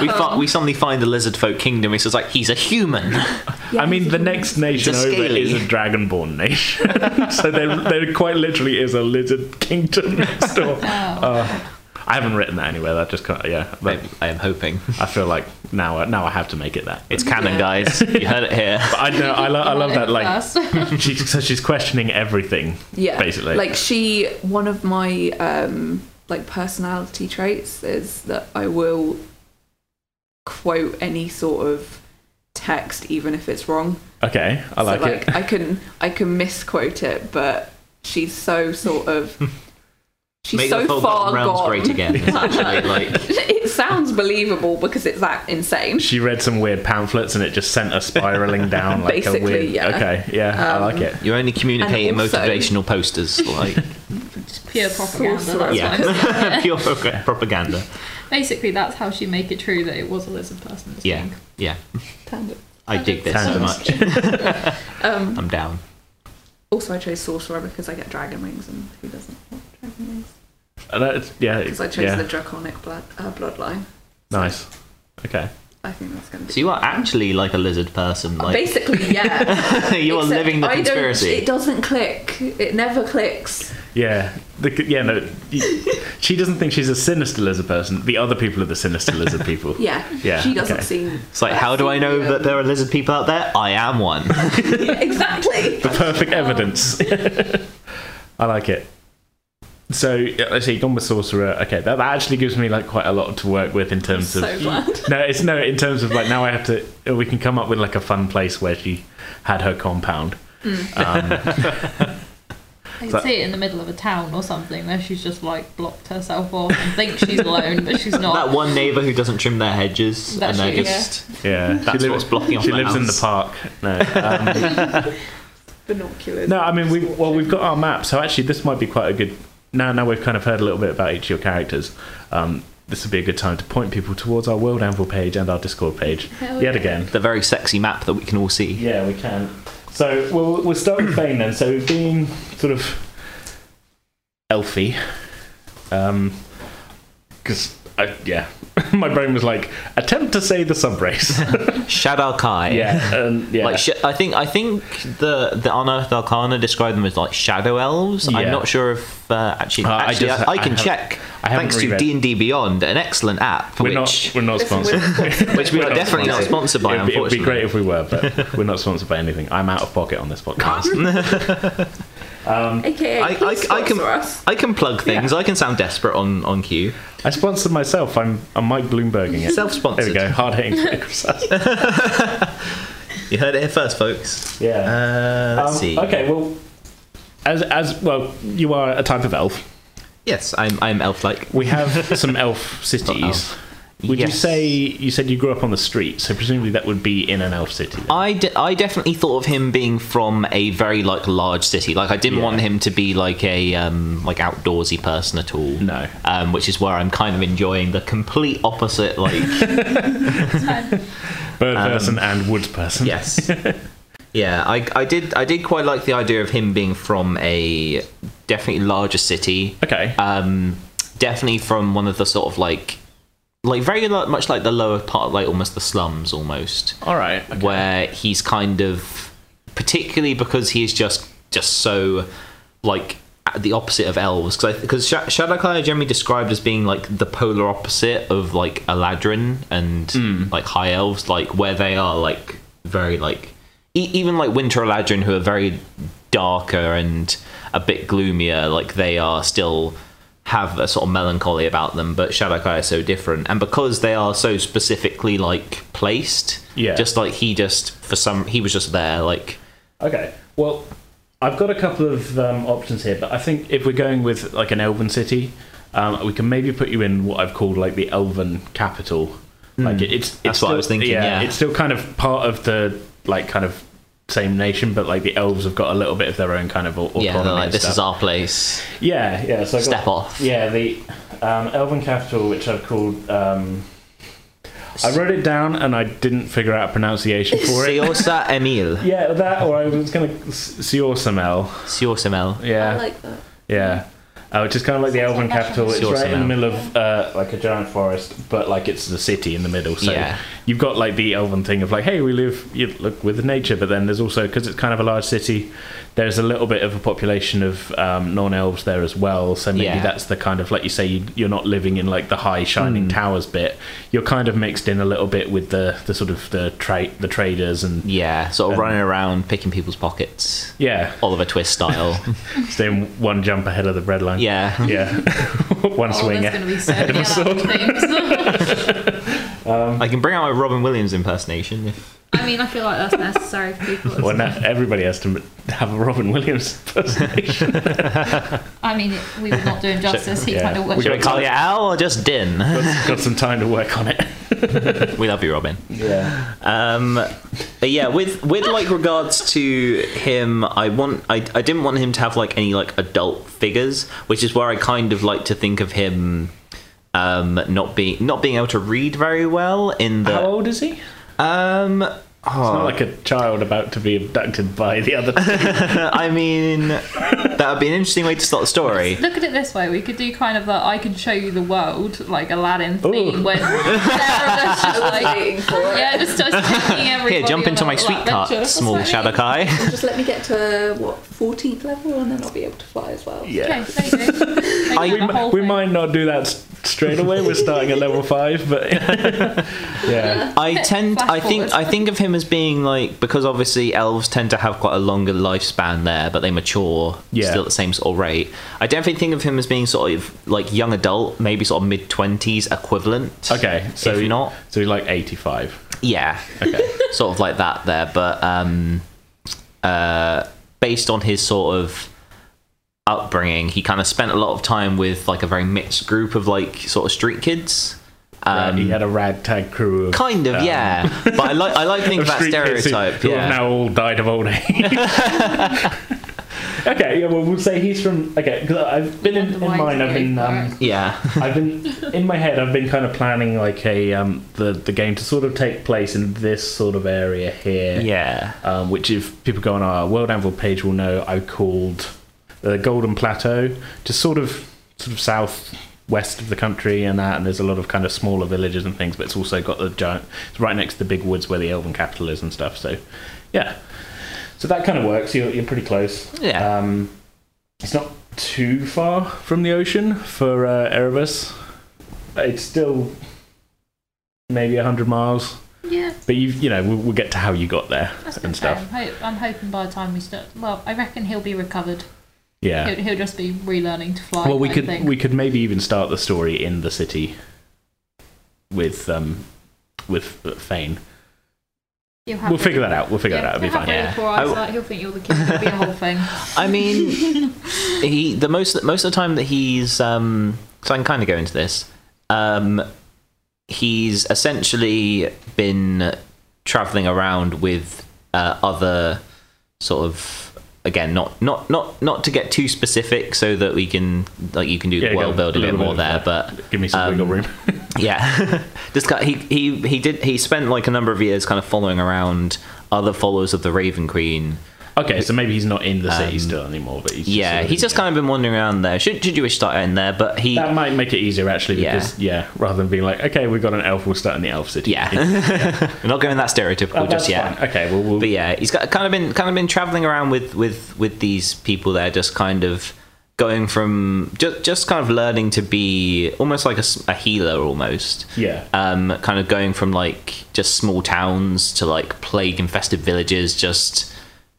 we fi- we suddenly find the lizard folk kingdom. It's just like he's a human. *laughs* Yeah, I mean, he's the a human. next nation It's a over scaly. is a dragonborn nation, *laughs* so there, there quite literally is a lizard kingdom *laughs* next door. Uh, I haven't written that anywhere. That just can't, yeah. But I, I am hoping I feel like now, I- now I have to make it that. it's canon, Yeah. guys. You heard it here. I know. I, lo- I love that. Like First. *laughs* she, so she's questioning everything. yeah basically. like she one of my um like personality traits is that i will quote any sort of text even if it's wrong okay, I like, so it. like i can i can misquote it but she's so *laughs* sort of *laughs* she's Make so the far Forgotten Realms gone great again. It's actually like *laughs* it sounds believable because it's that insane She read some weird pamphlets and it just sent her *laughs* spiraling down like a Basically, weird. yeah. Um, Okay, yeah, I like it. you're only communicating And also- motivational posters, *laughs* like Just pure propaganda. That's yeah, what I'm saying. *laughs* pure pro- propaganda. Basically, that's how she make it true that it was a lizard person. that's Yeah, pink. yeah. Tangent. I dig this so much. I'm down. also i chose sorcerer because i get dragon wings and who doesn't want dragon wings And Uh, that's- yeah, because i chose yeah. the draconic blood, uh, bloodline nice. Okay. i think that's going to be So you are actually like a lizard person. Like Basically, *laughs* yeah. you are Except living the I don't- conspiracy. It doesn't click. It never clicks. Yeah, the, yeah, no. y- she doesn't think she's a sinister lizard person. The other people are the sinister *laughs* lizard people. Yeah. Yeah, She doesn't okay. seem. It's like, how do I know um, that there are lizard people out there? I am *laughs* one. exactly. *laughs* the perfect Um, evidence. *laughs* I like it. So yeah, let's see, gone with sorcerer. Okay, that, that actually gives me like quite a lot to work with in terms so of. glad. *laughs* No, it's no in terms of like now I have to. We can come up with like a fun place where she had her compound. I can But- see it in the middle of a town or something where she's just like blocked herself off and thinks she's alone, but she's not. That one neighbour who doesn't trim their hedges That's and you, they're just Yeah, she that's lives- what's blocking off She my lives in the house. park. No, um, *laughs* Binoculars. no. I mean, we well, we've got our map, so actually this might be quite a good. Now, now we've kind of heard a little bit about each of your characters. Um, this would be a good time to point people towards our World Anvil page and our Discord page. Yet again. the very sexy map that we can all see. Yeah, we can. So we'll we'll start with Fane then. So being sort of elfy, um, because yeah, *laughs* my brain was like attempt to say the subrace. Shadar *laughs* Kai. yeah, and yeah, Like sh- I think I think the the unearthed arcana describe them as like shadow elves. Yeah. I'm not sure if uh, actually Uh, I actually I, just- I, I can haven't- check. I haven't thanks to reread. D and D Beyond, an excellent app, we're which not we're not Listen, sponsored. we're- which we we're are not definitely not sponsored by. It'd be, it'd be unfortunately, great if we were, but *laughs* we're not sponsored by anything. I'm out of pocket on this podcast. AKA, I, please I, I can sponsor us. I can plug things. I can sound desperate on on cue. I sponsored myself. I'm I'm Mike Bloomberging it. There we Self-sponsored. go. Hard *laughs* hitting Uh, criticism. You heard it here first, folks. Yeah. Uh, let's Um, see. Okay, well, as as well, you are a type of elf. Yes, I'm I'm elf-like. *laughs* We have some elf cities. elf. Would you Yes. say you said you grew up on the street? So presumably that would be in an elf city. then. I, de- I definitely thought of him being from a very like large city. Like I didn't Yeah. want him to be like a um, like outdoorsy person at all. No. um, which is where I'm kind of enjoying the complete *laughs* opposite. Like Bird person and wood person. Um, yes, yeah. I, I did I did quite like the idea of him being from a definitely larger city. Okay. um, definitely from one of the sort of like like very lo- much like the lower part like almost the slums almost All right. okay. where he's kind of particularly because he's just just so like at the opposite of elves because because Sh- Shadowclad are generally described as being like the polar opposite of like Eladrin and Hmm. like high elves like where they are like very like e- even like winter Eladrin who are very darker and a bit gloomier like they are still have a sort of melancholy about them but Shadowclad are so different and because they are so specifically like placed Yeah. just like he just for some he was just there like Okay. Well, I've got a couple of um, options here, but I think if we're going with like an elven city, um, we can maybe put you in what I've called like the elven capital. Like it, it's, it's Hmm. That's what I was thinking, yeah. it's still kind of part of the like kind of same nation, but like the elves have got a little bit of their own kind of au- autonomy. yeah they're like and this stuff. is our place Yeah, yeah. So I Step got, off. Yeah, the um, Elven Capital, which I've called. Um, I wrote it down and I didn't figure out pronunciation *laughs* for it. Siosa Emil Yeah, that or I was going to Siorsamel. Siosa Emil Yeah, I like that. yeah. Uh, which is kind of like the Sounds Elven like capital. It's Siorsamel. right in the middle of uh, like a giant forest, but like it's the city in the middle. So Yeah. you've got like the Elven thing of like, hey, we live you look with nature, but then there's also because it's kind of a large city, there's a little bit of a population of um, non-elves there as well. So maybe Yeah. that's the kind of like you say you, you're not living in like the high shining towers bit. You're kind of mixed in a little bit with the the sort of the trade the traders and yeah sort of Um, running around picking people's pockets yeah, Oliver Twist style staying one jump ahead of the bread line. yeah Yeah, *laughs* one Oh, swing. there's yeah. going to be so many sword. other things. *laughs* I can bring out my Robin Williams impersonation if I mean, I feel like that's necessary for people. Well, isn't now it? everybody has to have a Robin Williams *laughs* *laughs* impersonation. I mean, it- we were not doing justice. He Yeah. kind of We worked. should I got- call you Al or just Din Got some time to work on it. we love you Robin Yeah. Um, but yeah, with with like regards to him, I want I, I didn't want him to have like any like adult figures, which is where I kind of like to think of him um not being not being able to read very well in How the old is he? um Not like a child about to be abducted by the *laughs* other. Two. I mean that would be an interesting way to start the story. Look at it this way: we could do kind of the "I can show you the world" like Aladdin Ooh. theme, when Sarah's *laughs* just like, Waiting for it. yeah, just starts taking everybody. Here, jump on into a my little sweet cart, adventure. small That's what I mean. Shadokai. Just let me get to what 14th level, and then I'll be able to fly as well. yeah. Okay, there you go. Maybe I- have We a mi- whole We thing. might not do that s- straight away. We're starting at level five, but *laughs* yeah. I tend, Flash I think, forward. I think of him as being like because obviously elves tend to have quite a longer lifespan there, but they mature Yeah. still at the same sort of rate. I definitely think of him as being sort of like young adult, maybe sort of mid twenties equivalent. Okay. So if not, So he's like *laughs* eighty-five. yeah, Okay. sort of like that there, but um, uh, based on his sort of upbringing, he kind of spent a lot of time with like a very mixed group of like sort of street kids. Right, he had a ragtag crew. Of, Um, Kind of, um, yeah. But I like I *laughs* like thinking of that street kids who- stereotype. who yeah. have now all died of old *laughs* age. okay. Yeah. Well, we'll say he's from. Okay. 'cause I've been in, in Otherwise, mine. I've go been. for Um, it. Yeah. *laughs* I've been in my head. I've been kind of planning like a um, the the game to sort of take place in this sort of area here. Yeah. Um, which, if people go on our World Anvil page, will know I called the Golden Plateau, just sort of sort of south west of the country and that. And there's a lot of kind of smaller villages and things, but it's also got the giant. It's right next to the big woods where the Elven capital is and stuff. So, yeah. So that kind of works. You're, you're pretty close. Yeah. Um, it's not too far from the ocean for uh, Erebus. It's still maybe 100 miles, Yeah, but you you know, we'll, we'll get to how you got there that's okay. and stuff. I'm, hope, I'm hoping by the time we start, well, I reckon he'll be recovered. Yeah. He'll, he'll just be relearning to fly. Well, we I could think. we could maybe even start the story in the city with um with Fane. He'll have We'll it. figure that out. We'll figure Yeah, that out. It'll be he'll fine. have really Yeah. poor I- eyesight, He'll think you're the kid. It'll be *laughs* a whole thing. I mean, he the most most of the time that he's um. So I can kind of go into this. Um, he's essentially been traveling around with uh, other sort of again not not not not to get too specific so that we can like you can do Yeah, go world build a a bit little more bit, there yeah. but Give me some um, wiggle room. *laughs* yeah *laughs* this guy he, he he did he spent like a number of years kind of following around other followers of the raven queen okay, so maybe he's not in the city still anymore, but he's um, yeah sort of- he's just kind of been wandering around there should, should you wish to start in there but he That might make it easier actually Yeah. because yeah, rather than being like, okay, we've got an elf, we'll start in the elf city. *laughs* yeah we're not going that stereotypical Oh, just that's yet fine. Okay, well, we'll but yeah, he's got kind of been kind of been traveling around with with with these people there, just kind of going from just just kind of learning to be almost like a, s- a healer almost. Yeah. Um, kind of going from like just small towns to like plague infested villages, just.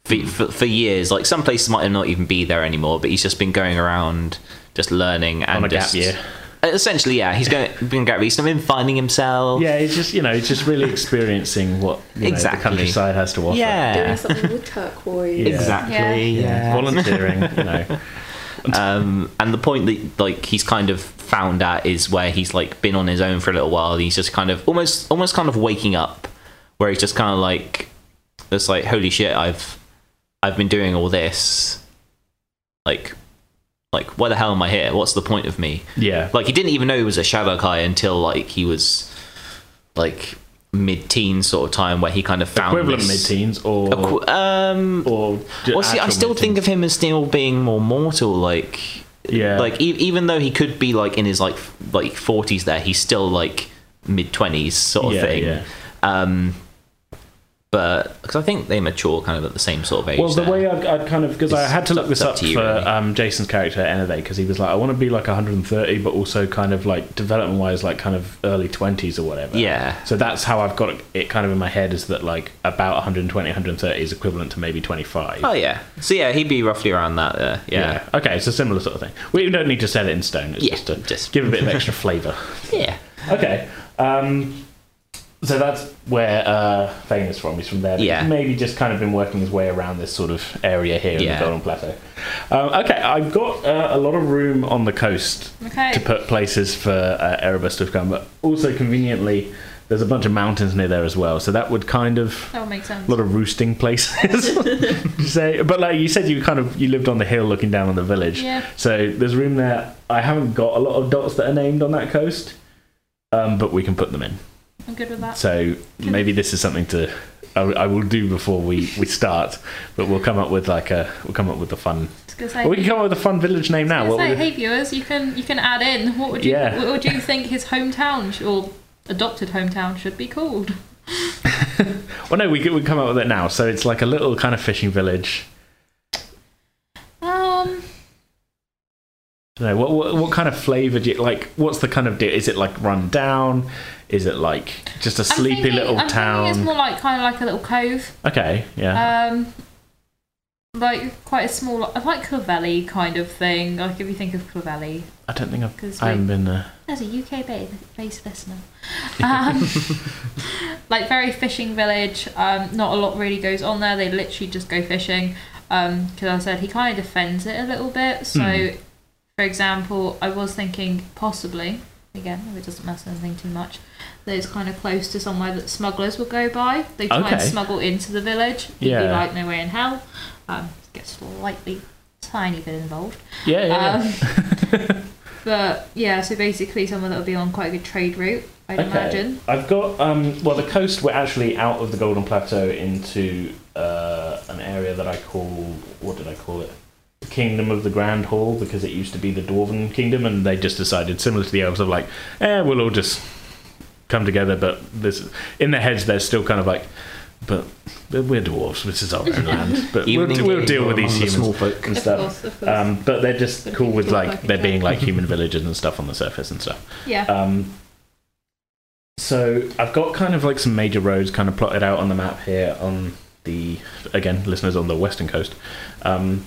For, for, for years, like some places might not even be there anymore, but he's just been going around, just learning and a gap just- year. Essentially, yeah, he's going been gap year. He's been finding himself. yeah, it's just you know, it's just really experiencing what you know, Um, Exactly. the countryside has to offer. yeah, Doing something with turquoise. Yeah. exactly. Yeah, yeah. volunteering, you *laughs* know. um, and the point that like he's kind of found at is where he's like been on his own for a little while and he's just kind of almost almost kind of waking up where he's just kind of like it's like holy shit i've i've been doing all this like like why the hell am i here what's the point of me Yeah, like he didn't even know he was a shadow kai until like he was like mid-teen sort of time where he kind of found equivalent this- mid-teens or Equi- um or ju- well, see, I actual still think mid-teens. of him as still being more mortal. Like, Yeah. like e- even though he could be like in his like f- like forties, there he's still like mid twenties sort of Yeah, thing. yeah. Um, but because I think they mature kind of at the same sort of age. Well, the there. way I'd, I'd kind of because I It's had to look up- this up up, to you, for really. um, Jason's character at Anaday because he was like, I want to be like 130, but also kind of like development wise, like kind of early 20s or whatever. Yeah. So that's how I've got it, it kind of in my head is that like about 120, 130 is equivalent to maybe 25. oh yeah. So yeah, he'd be roughly around that. There. Yeah. Okay, it's a similar sort of thing. We don't need to set it in stone. It's Yeah, just to just- give a *laughs* bit of extra flavour. Yeah. Okay. Um, so that's where uh, Thane is from. He's from there. but Yeah. He's maybe just kind of been working his way around this sort of area here in Yeah. the Golden Plateau. Um, okay, I've got uh, a lot of room on the coast Okay. to put places for uh, Erebus to have come, but also conveniently, there's a bunch of mountains near there as well. So that would kind of. That would make sense. A lot of roosting places. *laughs* you say, but like you said, you kind of you lived on the hill, looking down on the village. Yeah. So there's room there. I haven't got a lot of dots that are named on that coast, um, but we can put them in. I'm good with that. So maybe this is something to I, I will do before we, we start. But we'll come up with like a we'll come up with a fun. I was gonna say, Or we can come up with a fun village name I now. was What gonna say, would- hey viewers, you can you can add in what would you Yeah. what would you think his hometown sh- or adopted hometown should be called? well, oh, no, we could- we can come up with it now. So it's like a little kind of fishing village. Um, I don't know what what, what kind of flavour do you like? What's the kind of deal? Is it like run down? Is it like just a I'm sleepy thinking- little I'm town? Uh-huh. Thinking it's more like kind of like a little cove. Okay, yeah. Um, like quite a small, like Clavelli kind of thing. Like if you think of Clavelli, I don't think I've 'cause I we- haven't been there. as a UK ba- based listener. *laughs* Um, like very fishing village. Um, not a lot really goes on there. They literally just go fishing. Because I said he kind of defends it a little bit. So, Hmm. for example, I was thinking possibly again if it doesn't mess with anything too much. That it's kind of close to somewhere that smugglers will go by. They try and Okay. smuggle into the village. He'd be Yeah. like no way in hell. Um, gets slightly tiny bit involved. Yeah, yeah. yeah. Um, *laughs* but yeah, so basically someone that will be on quite a good trade route, I'd imagine. I've got um, well the coast. We're actually out of the Golden Plateau into uh, an area that I call what did I call it? The Kingdom of the Grand Hall because it used to be the Dwarven Kingdom, and they just decided, similar to the elves, of like, eh, we'll all just come together. But this in their heads, they're still kind of like, but we're dwarves. This is our own *laughs* land. But we'll, Even we'll engaged deal with among these the humans small folk. and Of stuff. course, of course. Um, but they're just Gotta cool keep with it like working there out. being like human villages and stuff on the surface and stuff. Yeah. Um, so I've got kind of like some major roads kind of plotted out on the map here on the again listeners on the western coast. Um,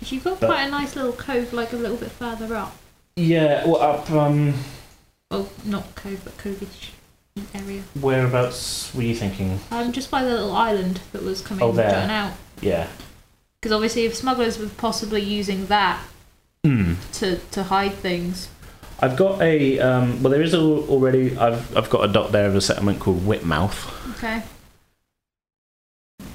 You've got but- quite a nice little cove like a little bit further up. yeah, well up um, Well, not cove, but coveish area. whereabouts were you thinking? Um, just by the little island that was coming Oh, there. jutting out. Yeah, Because obviously if smugglers were possibly using that to, to hide things, I've got a um, well. There is a, already. I've I've got a dot there of a settlement called Whitmouth. Okay.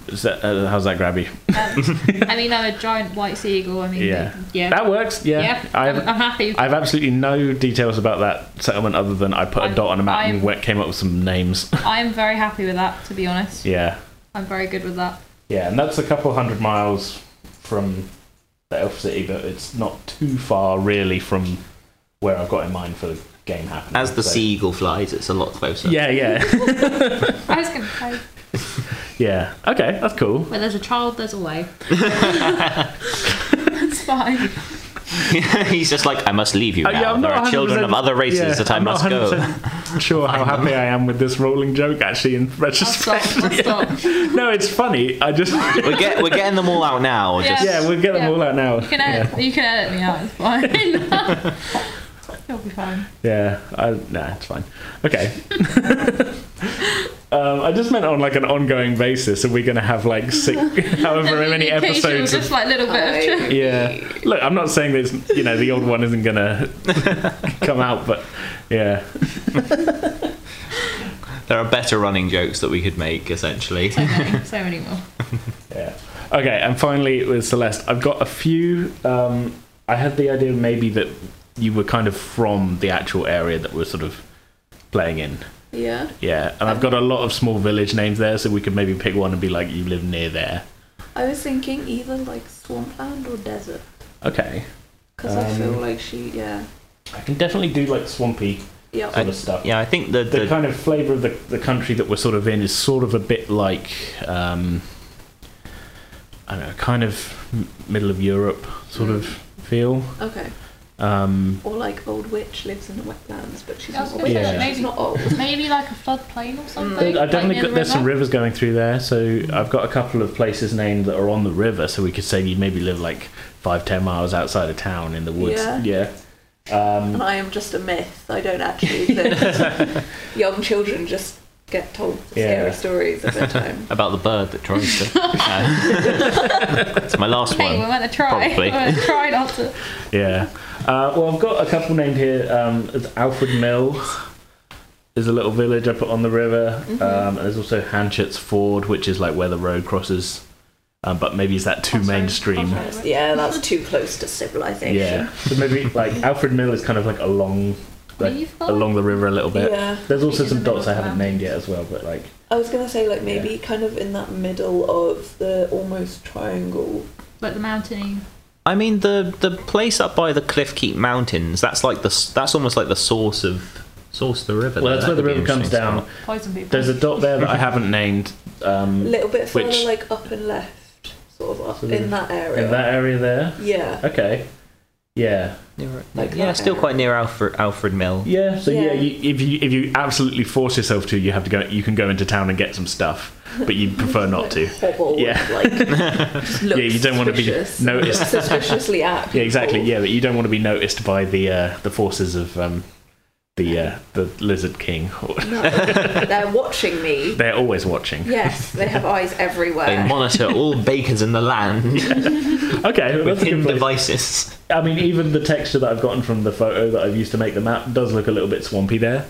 Is that, uh, how's that grabby? *laughs* Um, I mean, I'm a giant white seagull. I mean, Yeah. yeah. That works. Yeah. yeah. I'm, *laughs* I've I'm happy. I've absolutely no details about that settlement other than I put a I'm- dot on a map and I'm- went- came up with some names. *laughs* I'm very happy with that, to be honest. yeah. I'm very good with that. Yeah, and that's a couple hundred miles from the Elf City, but it's not too far really from where I've got in mind for the game happening. As the so- sea eagle flies, it's a lot closer. Yeah, yeah, *laughs* I was going to say, yeah. Okay, that's cool. where there's a child, there's a way. *laughs* That's fine. *laughs* He's just like, I must leave you Uh, now. yeah, I'm there not are children 100% of other races yeah, that I I'm not must go. 100% Sure, how happy I am with this rolling joke actually in I'll stop. retrospect. I'll stop. no, it's funny. I just *laughs* We're, get, we're getting them all out now. Yeah. Just, *laughs* yeah, we'll get them Yeah. all out now. You can edit, you can edit me out, it's *laughs* fine. You'll be fine. Yeah, I, nah, it's fine. Okay. um, I just meant on like an ongoing basis. Are we going to have like six, however many Occasional, episodes? Of, Just like little bit of I- truth. yeah. Look, I'm not saying that it's, you know the old one isn't going to come out, but yeah, There are better running jokes that we could make, essentially. So many, so many more. yeah. Okay, and finally with Celeste, I've got a few. Um, I had the idea maybe that you were kind of from the actual area that we're sort of playing in. Yeah. Yeah, and I've got a lot of small village names there, so we could maybe pick one and be like, you live near there. I was thinking either like swampland or desert. Okay. Because I Um, feel like she, yeah. I can definitely do like swampy Yep. sort of stuff. Yeah, I think the, The, the, kind of flavour of the, the country that we're sort of in is sort of a bit like, um, I don't know, kind of m- middle of Europe sort of Mm. feel. okay. Um, Or like old witch lives in the wetlands, but she's I was not a gonna witch. say, Yeah. She's maybe- not old. Maybe like a floodplain or something. I definitely like near got, the there's some river. rivers going through there, so I've got a couple of places named that are on the river, so we could say you maybe live like five, ten miles outside of town in the woods. Um, Yeah. And I am just a myth. I don't actually *laughs* exist. Young children just get told Yeah. scary stories at *laughs* bedtime. about the bird that tries *laughs* to. it's my last Hey, we're one. meant to try. We're Probably. meant to try not to. Yeah. Uh, well, I've got a couple named here. Um, it's Alfred Mill is a little village up on the river. Mm-hmm. Um, and there's also Hanchett's Ford, which is like where the road crosses. Um, but maybe is that too Crossroads, mainstream? crossroads. yeah, that's too close to civilization. Yeah. So maybe like Alfred Mill is kind of like along, Where *laughs* like, you've got- along the river a little bit. Yeah. There's also It's in some the dots I haven't mountains. named yet as well, but like I was gonna say like maybe kind of in that middle of the almost triangle. Like the mountainy. I mean, the the place up by the Cliffkeep Mountains. That's like the s- that's almost like the source of source of the river. well, there. that's That where the could be river comes interesting down. spot. Poison people. There's a dot there *laughs* that I haven't named. A Um, little bit further Which- like up and left. Sort of up Sort of Mm. in that area. in that area there. Yeah. Okay. Yeah. Near, Like yeah, that still area. quite near Alfred Alfred Mill. Yeah. So yeah, Yeah. you, if you if you absolutely force yourself to, you have to go. You can go into town and get some stuff, but you prefer not to. Hobble, Yeah. *laughs* Like, just look Yeah, you don't want to be suspicious. noticed. Suspiciously at Yeah, exactly. people. Yeah, but you don't want to be noticed by the uh, the forces of um, the uh, the lizard king. *laughs* No, they're watching me. They're always watching. Yes, they have eyes everywhere. They *laughs* monitor all bakers in the land Okay, well, that's with a good hidden place. devices. I mean, even the texture that I've gotten from the photo that I've used to make the map does look a little bit swampy there.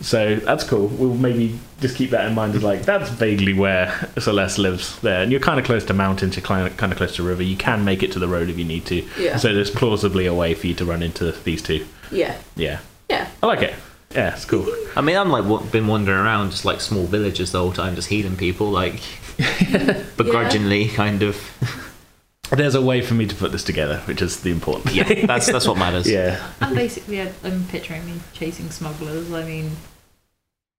So that's cool. We'll maybe just keep that in mind as like, that's vaguely where Celeste lives there. And you're kind of close to mountains, you're kind of, kind of close to river. You can make it to the road if you need to. Yeah. So there's plausibly a way for you to run into these two. yeah. Yeah. Yeah. I like it. Yeah, it's cool. I mean, I'm like w- been wandering around just like small villages the whole time, just healing people, *laughs* like begrudgingly, kind of. There's a way for me to put this together, which is the important *laughs* thing. Yeah, that's that's what matters. *laughs* *laughs* Yeah. I'm basically, I'm picturing me chasing smugglers. I mean,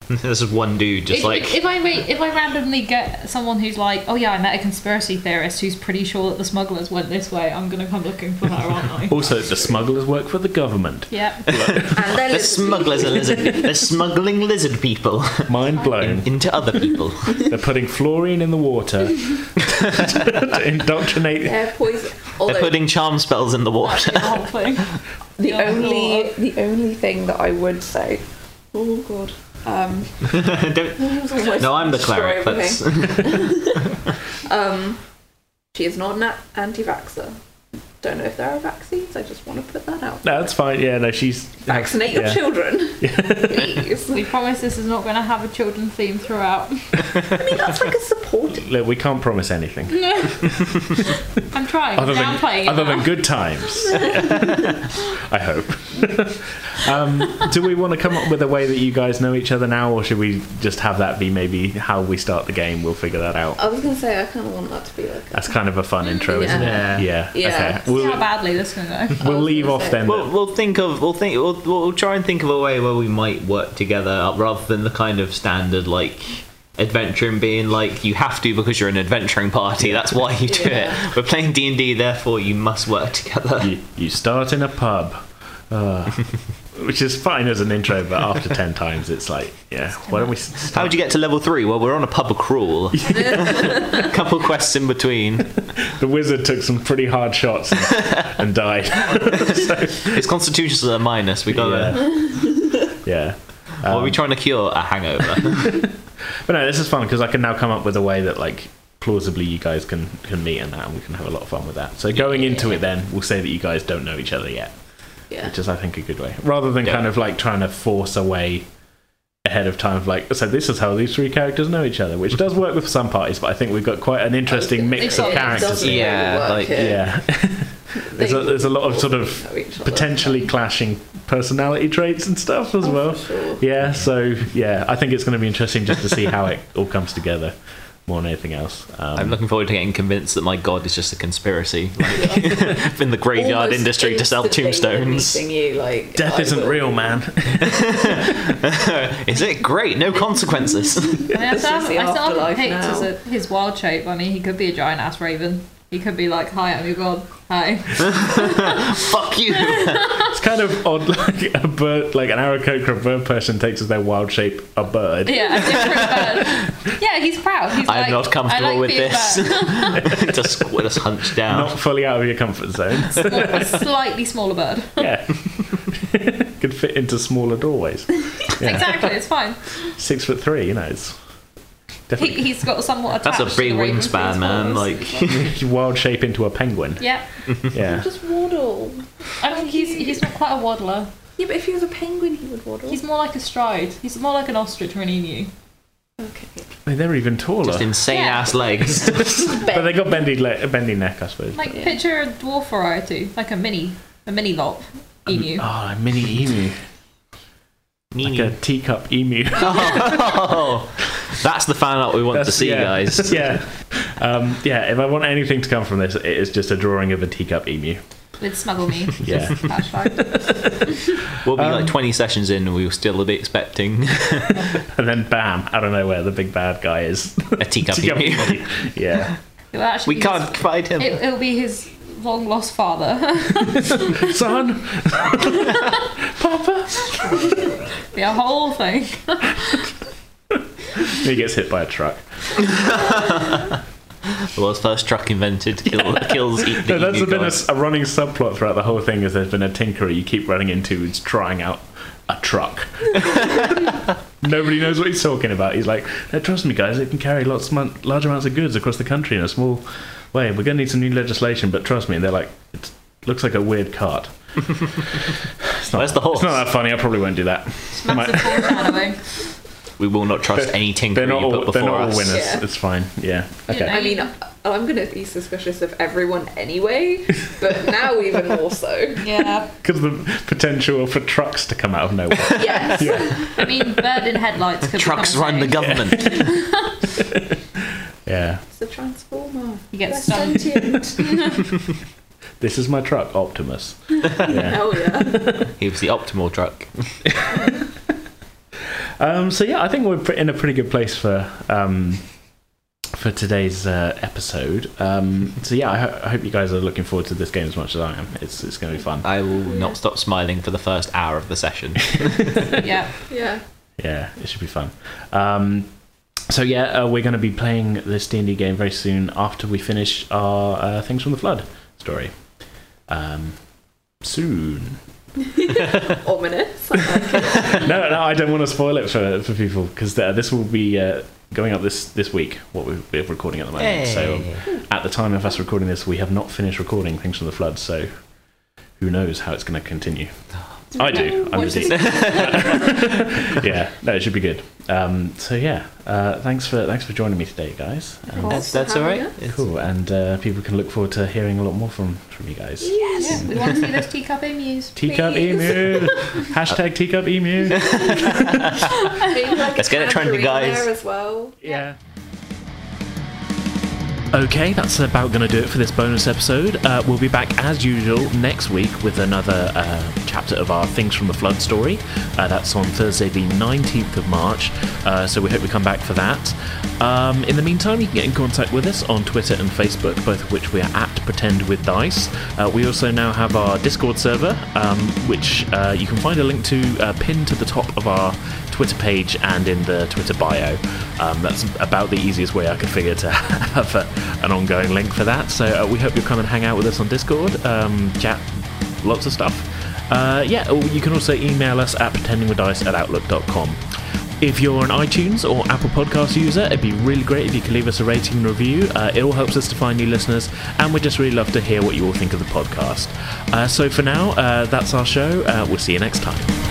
this is one dude just if, like if I wait, if I randomly get someone who's like, oh yeah, I met a conspiracy theorist who's pretty sure that the smugglers went this way. I'm gonna come looking for her, *laughs* aren't I? Also, the smugglers work for the government. yeah. And they're the lizards. smugglers are lizard. They're smuggling lizard people Mind blown. *laughs* into other *laughs* people. They're putting fluorine in the water *laughs* to indoctrinate. They're poison. They're Although putting charm spells in the *laughs* water. The whole thing. The Yeah, only sure. the only thing that I would say, oh god, um, *laughs* *laughs* Don't- no, I'm the cleric. That's um, she is not an anti-vaxxer. don't know if there are vaccines. I just want to put that out. No, that's fine. Yeah, no, she's Vaccinate your yeah. children, *laughs* please. We promise this is not going to have a children theme throughout. *laughs* I mean, that's like a support. Look, we can't promise anything I'm trying. other I'm than downplaying other it. now. than good times. I hope. um, do we want to come up with a way that you guys know each other now, or should we just have that be maybe how we start the game? We'll figure that out. I was gonna say I kind of want that to be like. A, That's kind of a fun intro, isn't Yeah. it? Yeah. Yeah. Okay. See how We'll, badly this *laughs* can go. we'll leave off then. *laughs* We'll, we'll think of we'll think we'll, we'll try and think of a way where we might work together uh, rather than the kind of standard like adventuring being like you have to because you're an adventuring party that's why you do Yeah. it we're playing d&d therefore you must work together you, you start in a pub, uh, which is fine as an intro, but after ten times, it's like, yeah, why don't we? s- Start? how'd you get to level three well we're on a pub *laughs* crawl *laughs* couple quests in between The wizard took some pretty hard shots and, and died. it's constitution's a minus we gotta yeah. yeah. what Um, are we trying to cure *laughs* a hangover But no, this is fun because I can now come up with a way that like plausibly you guys can can meet and that, and we can have a lot of fun with that. So going into it, then we'll say that you guys don't know each other yet, yeah. which is I think a good way, rather than Yeah. kind of like trying to force a way ahead of time. Of like, so this is how these three characters know each other, which does work with some parties, but I think we've got quite an interesting mix of It characters. doesn't here. Yeah, really work like- here. Yeah, there's a, there's a lot of sort of Know each other. potentially clashing personality traits and stuff as Oh, well. for sure. Yeah, so yeah, I think it's going to be interesting just to see how it *laughs* all comes together more than anything else. Um, i'm looking forward to getting convinced that my god is just a conspiracy like, *laughs* in the graveyard Almost industry to sell instantly tombstones meeting You, like, Death I isn't will- real, man. *laughs* Is it great? No consequences. *laughs* I, mean, I This still is haven't, the I still haven't afterlife picked now. as a, his wild shape. I mean, he could be a giant ass raven. He could be like, "Hi, I'm your god." Hi. *laughs* Fuck you. *laughs* it's kind of odd, like a bird, like an Aarakocra bird person takes as their wild shape a bird. Yeah, a different *laughs* bird. Yeah, he's proud. He's I'm like, not comfortable I like with being a this. bird. just, just hunched down. Not fully out of your comfort *laughs* zone. *laughs* *laughs* Like a slightly smaller bird. yeah. *laughs* Could fit into smaller doorways. Exactly, it's fine. Six foot three, you know, it's He, definitely he's got somewhat attached. That's a big to the raven's wingspan, wings. man. Like, wild shape into a *laughs* penguin. *laughs* Yeah, Yeah. Just waddle. I mean, he's he's not quite a waddler. Yeah, but if he was a penguin, he would waddle. He's more like a stride. He's more like an ostrich or an emu. okay. I mean, they're even taller. just insane Yeah. ass legs. but they got bendy, le- bendy neck, I suppose. Like Yeah. picture a dwarf variety, like a mini, a mini lop Um, emu. Oh, a mini emu. Like a teacup emu. oh, that's the fan art we want to see, yeah. *laughs* guys. yeah. Um, yeah, if I want anything to come from this, it is just a drawing of a teacup emu. With smuggle *laughs* me. Yeah. *laughs* Hashtag. We'll be Um, like 20 sessions in and we'll still be expecting *laughs* And then bam, out of nowhere, the big bad guy is *laughs* a teacup teacup emu. emu. *laughs* Yeah. It will actually We be can't fight him. His, it, it'll be his long lost father. *laughs* Son! *laughs* Papa! be a whole thing. He gets hit by a truck. The world's first truck invented kill, *laughs* kills e- the No, that's emu been a, god. s- a running subplot throughout the whole thing is there's been a tinkerer you keep running into who's trying out a *laughs* truck. Nobody knows what he's talking about. He's like, no, trust me, guys, it can carry lots, mon- large amounts of goods across the country in a small way. We're going to need some new legislation, but trust me. And they're like, it looks like a weird cart. *laughs* It's not- Where's the horse? It's not that funny. I probably won't do that. Massive horse anime. We will not trust any tinker They're not, you put all, before they're not all us. winners. Yeah. It's fine. Yeah. Okay. know. I mean, I- I'm going to be suspicious of everyone anyway, but now even more so. Yeah. Because the potential for trucks to come out of *laughs* nowhere. Yes. I mean, bird in headlights could Trucks be run the gun. government. yeah. It's a transformer. You get They're stung. *laughs* sentient. This is my truck, Optimus. Yeah. Hell Oh, yeah. *laughs* He was the optimal truck. Um, so yeah, I think we're pre- in a pretty good place for um, for today's uh, episode. Um, so yeah, I, ho- I hope you guys are looking forward to this game as much as I am. It's it's going to be fun. I will not stop smiling for the first hour of the session. Yeah. Yeah. Yeah, it should be fun. Um, so yeah, uh, we're going to be playing this D and D game very soon after we finish our uh, Things from the Flood story. Um, soon. Ominous. I like it. no, no, I don't want to spoil it for, for people because this will be uh, going up this, this week, what we- we're recording at the moment. So, um, at the time of us recording this, we have not finished recording Things from the Flood, so who knows how it's going to continue. I do. I'm just *laughs* yeah, no, it should be good. Um, so yeah, uh, thanks for thanks for joining me today, guys. Um, That's, that's all having right. us. It's- cool, and uh, people can look forward to hearing a lot more from from you guys. Yeah, we want to see those teacup emus. Teacup please. emu, hashtag teacup emu. Maybe like a Let's get it trendy, tangerine guys. There as well. Yeah. Okay, that's about going to do it for this bonus episode. Uh, we'll be back as usual next week with another uh, chapter of our Things from the Flood story. Uh, that's on Thursday, the 19th of March, uh, so we hope you come back for that. Um, in the meantime, you can get in contact with us on Twitter and Facebook, both of which we are at Pretend with Dice. Uh, we also now have our Discord server, um, which uh, you can find a link to uh, pinned to the top of our Twitter page and in the Twitter bio. Um, that's about the easiest way I could figure to *laughs* have a, an ongoing link for that. So uh, we hope you'll come and hang out with us on Discord, um, chat, lots of stuff. Uh, yeah, or you can also email us at pretendingwithdice at outlook.com. If you're an iTunes or Apple Podcast user, it'd be really great if you could leave us a rating and review. Uh, it all helps us to find new listeners, and we'd just really love to hear what you all think of the podcast. Uh, so for now, uh, that's our show. Uh, we'll see you next time.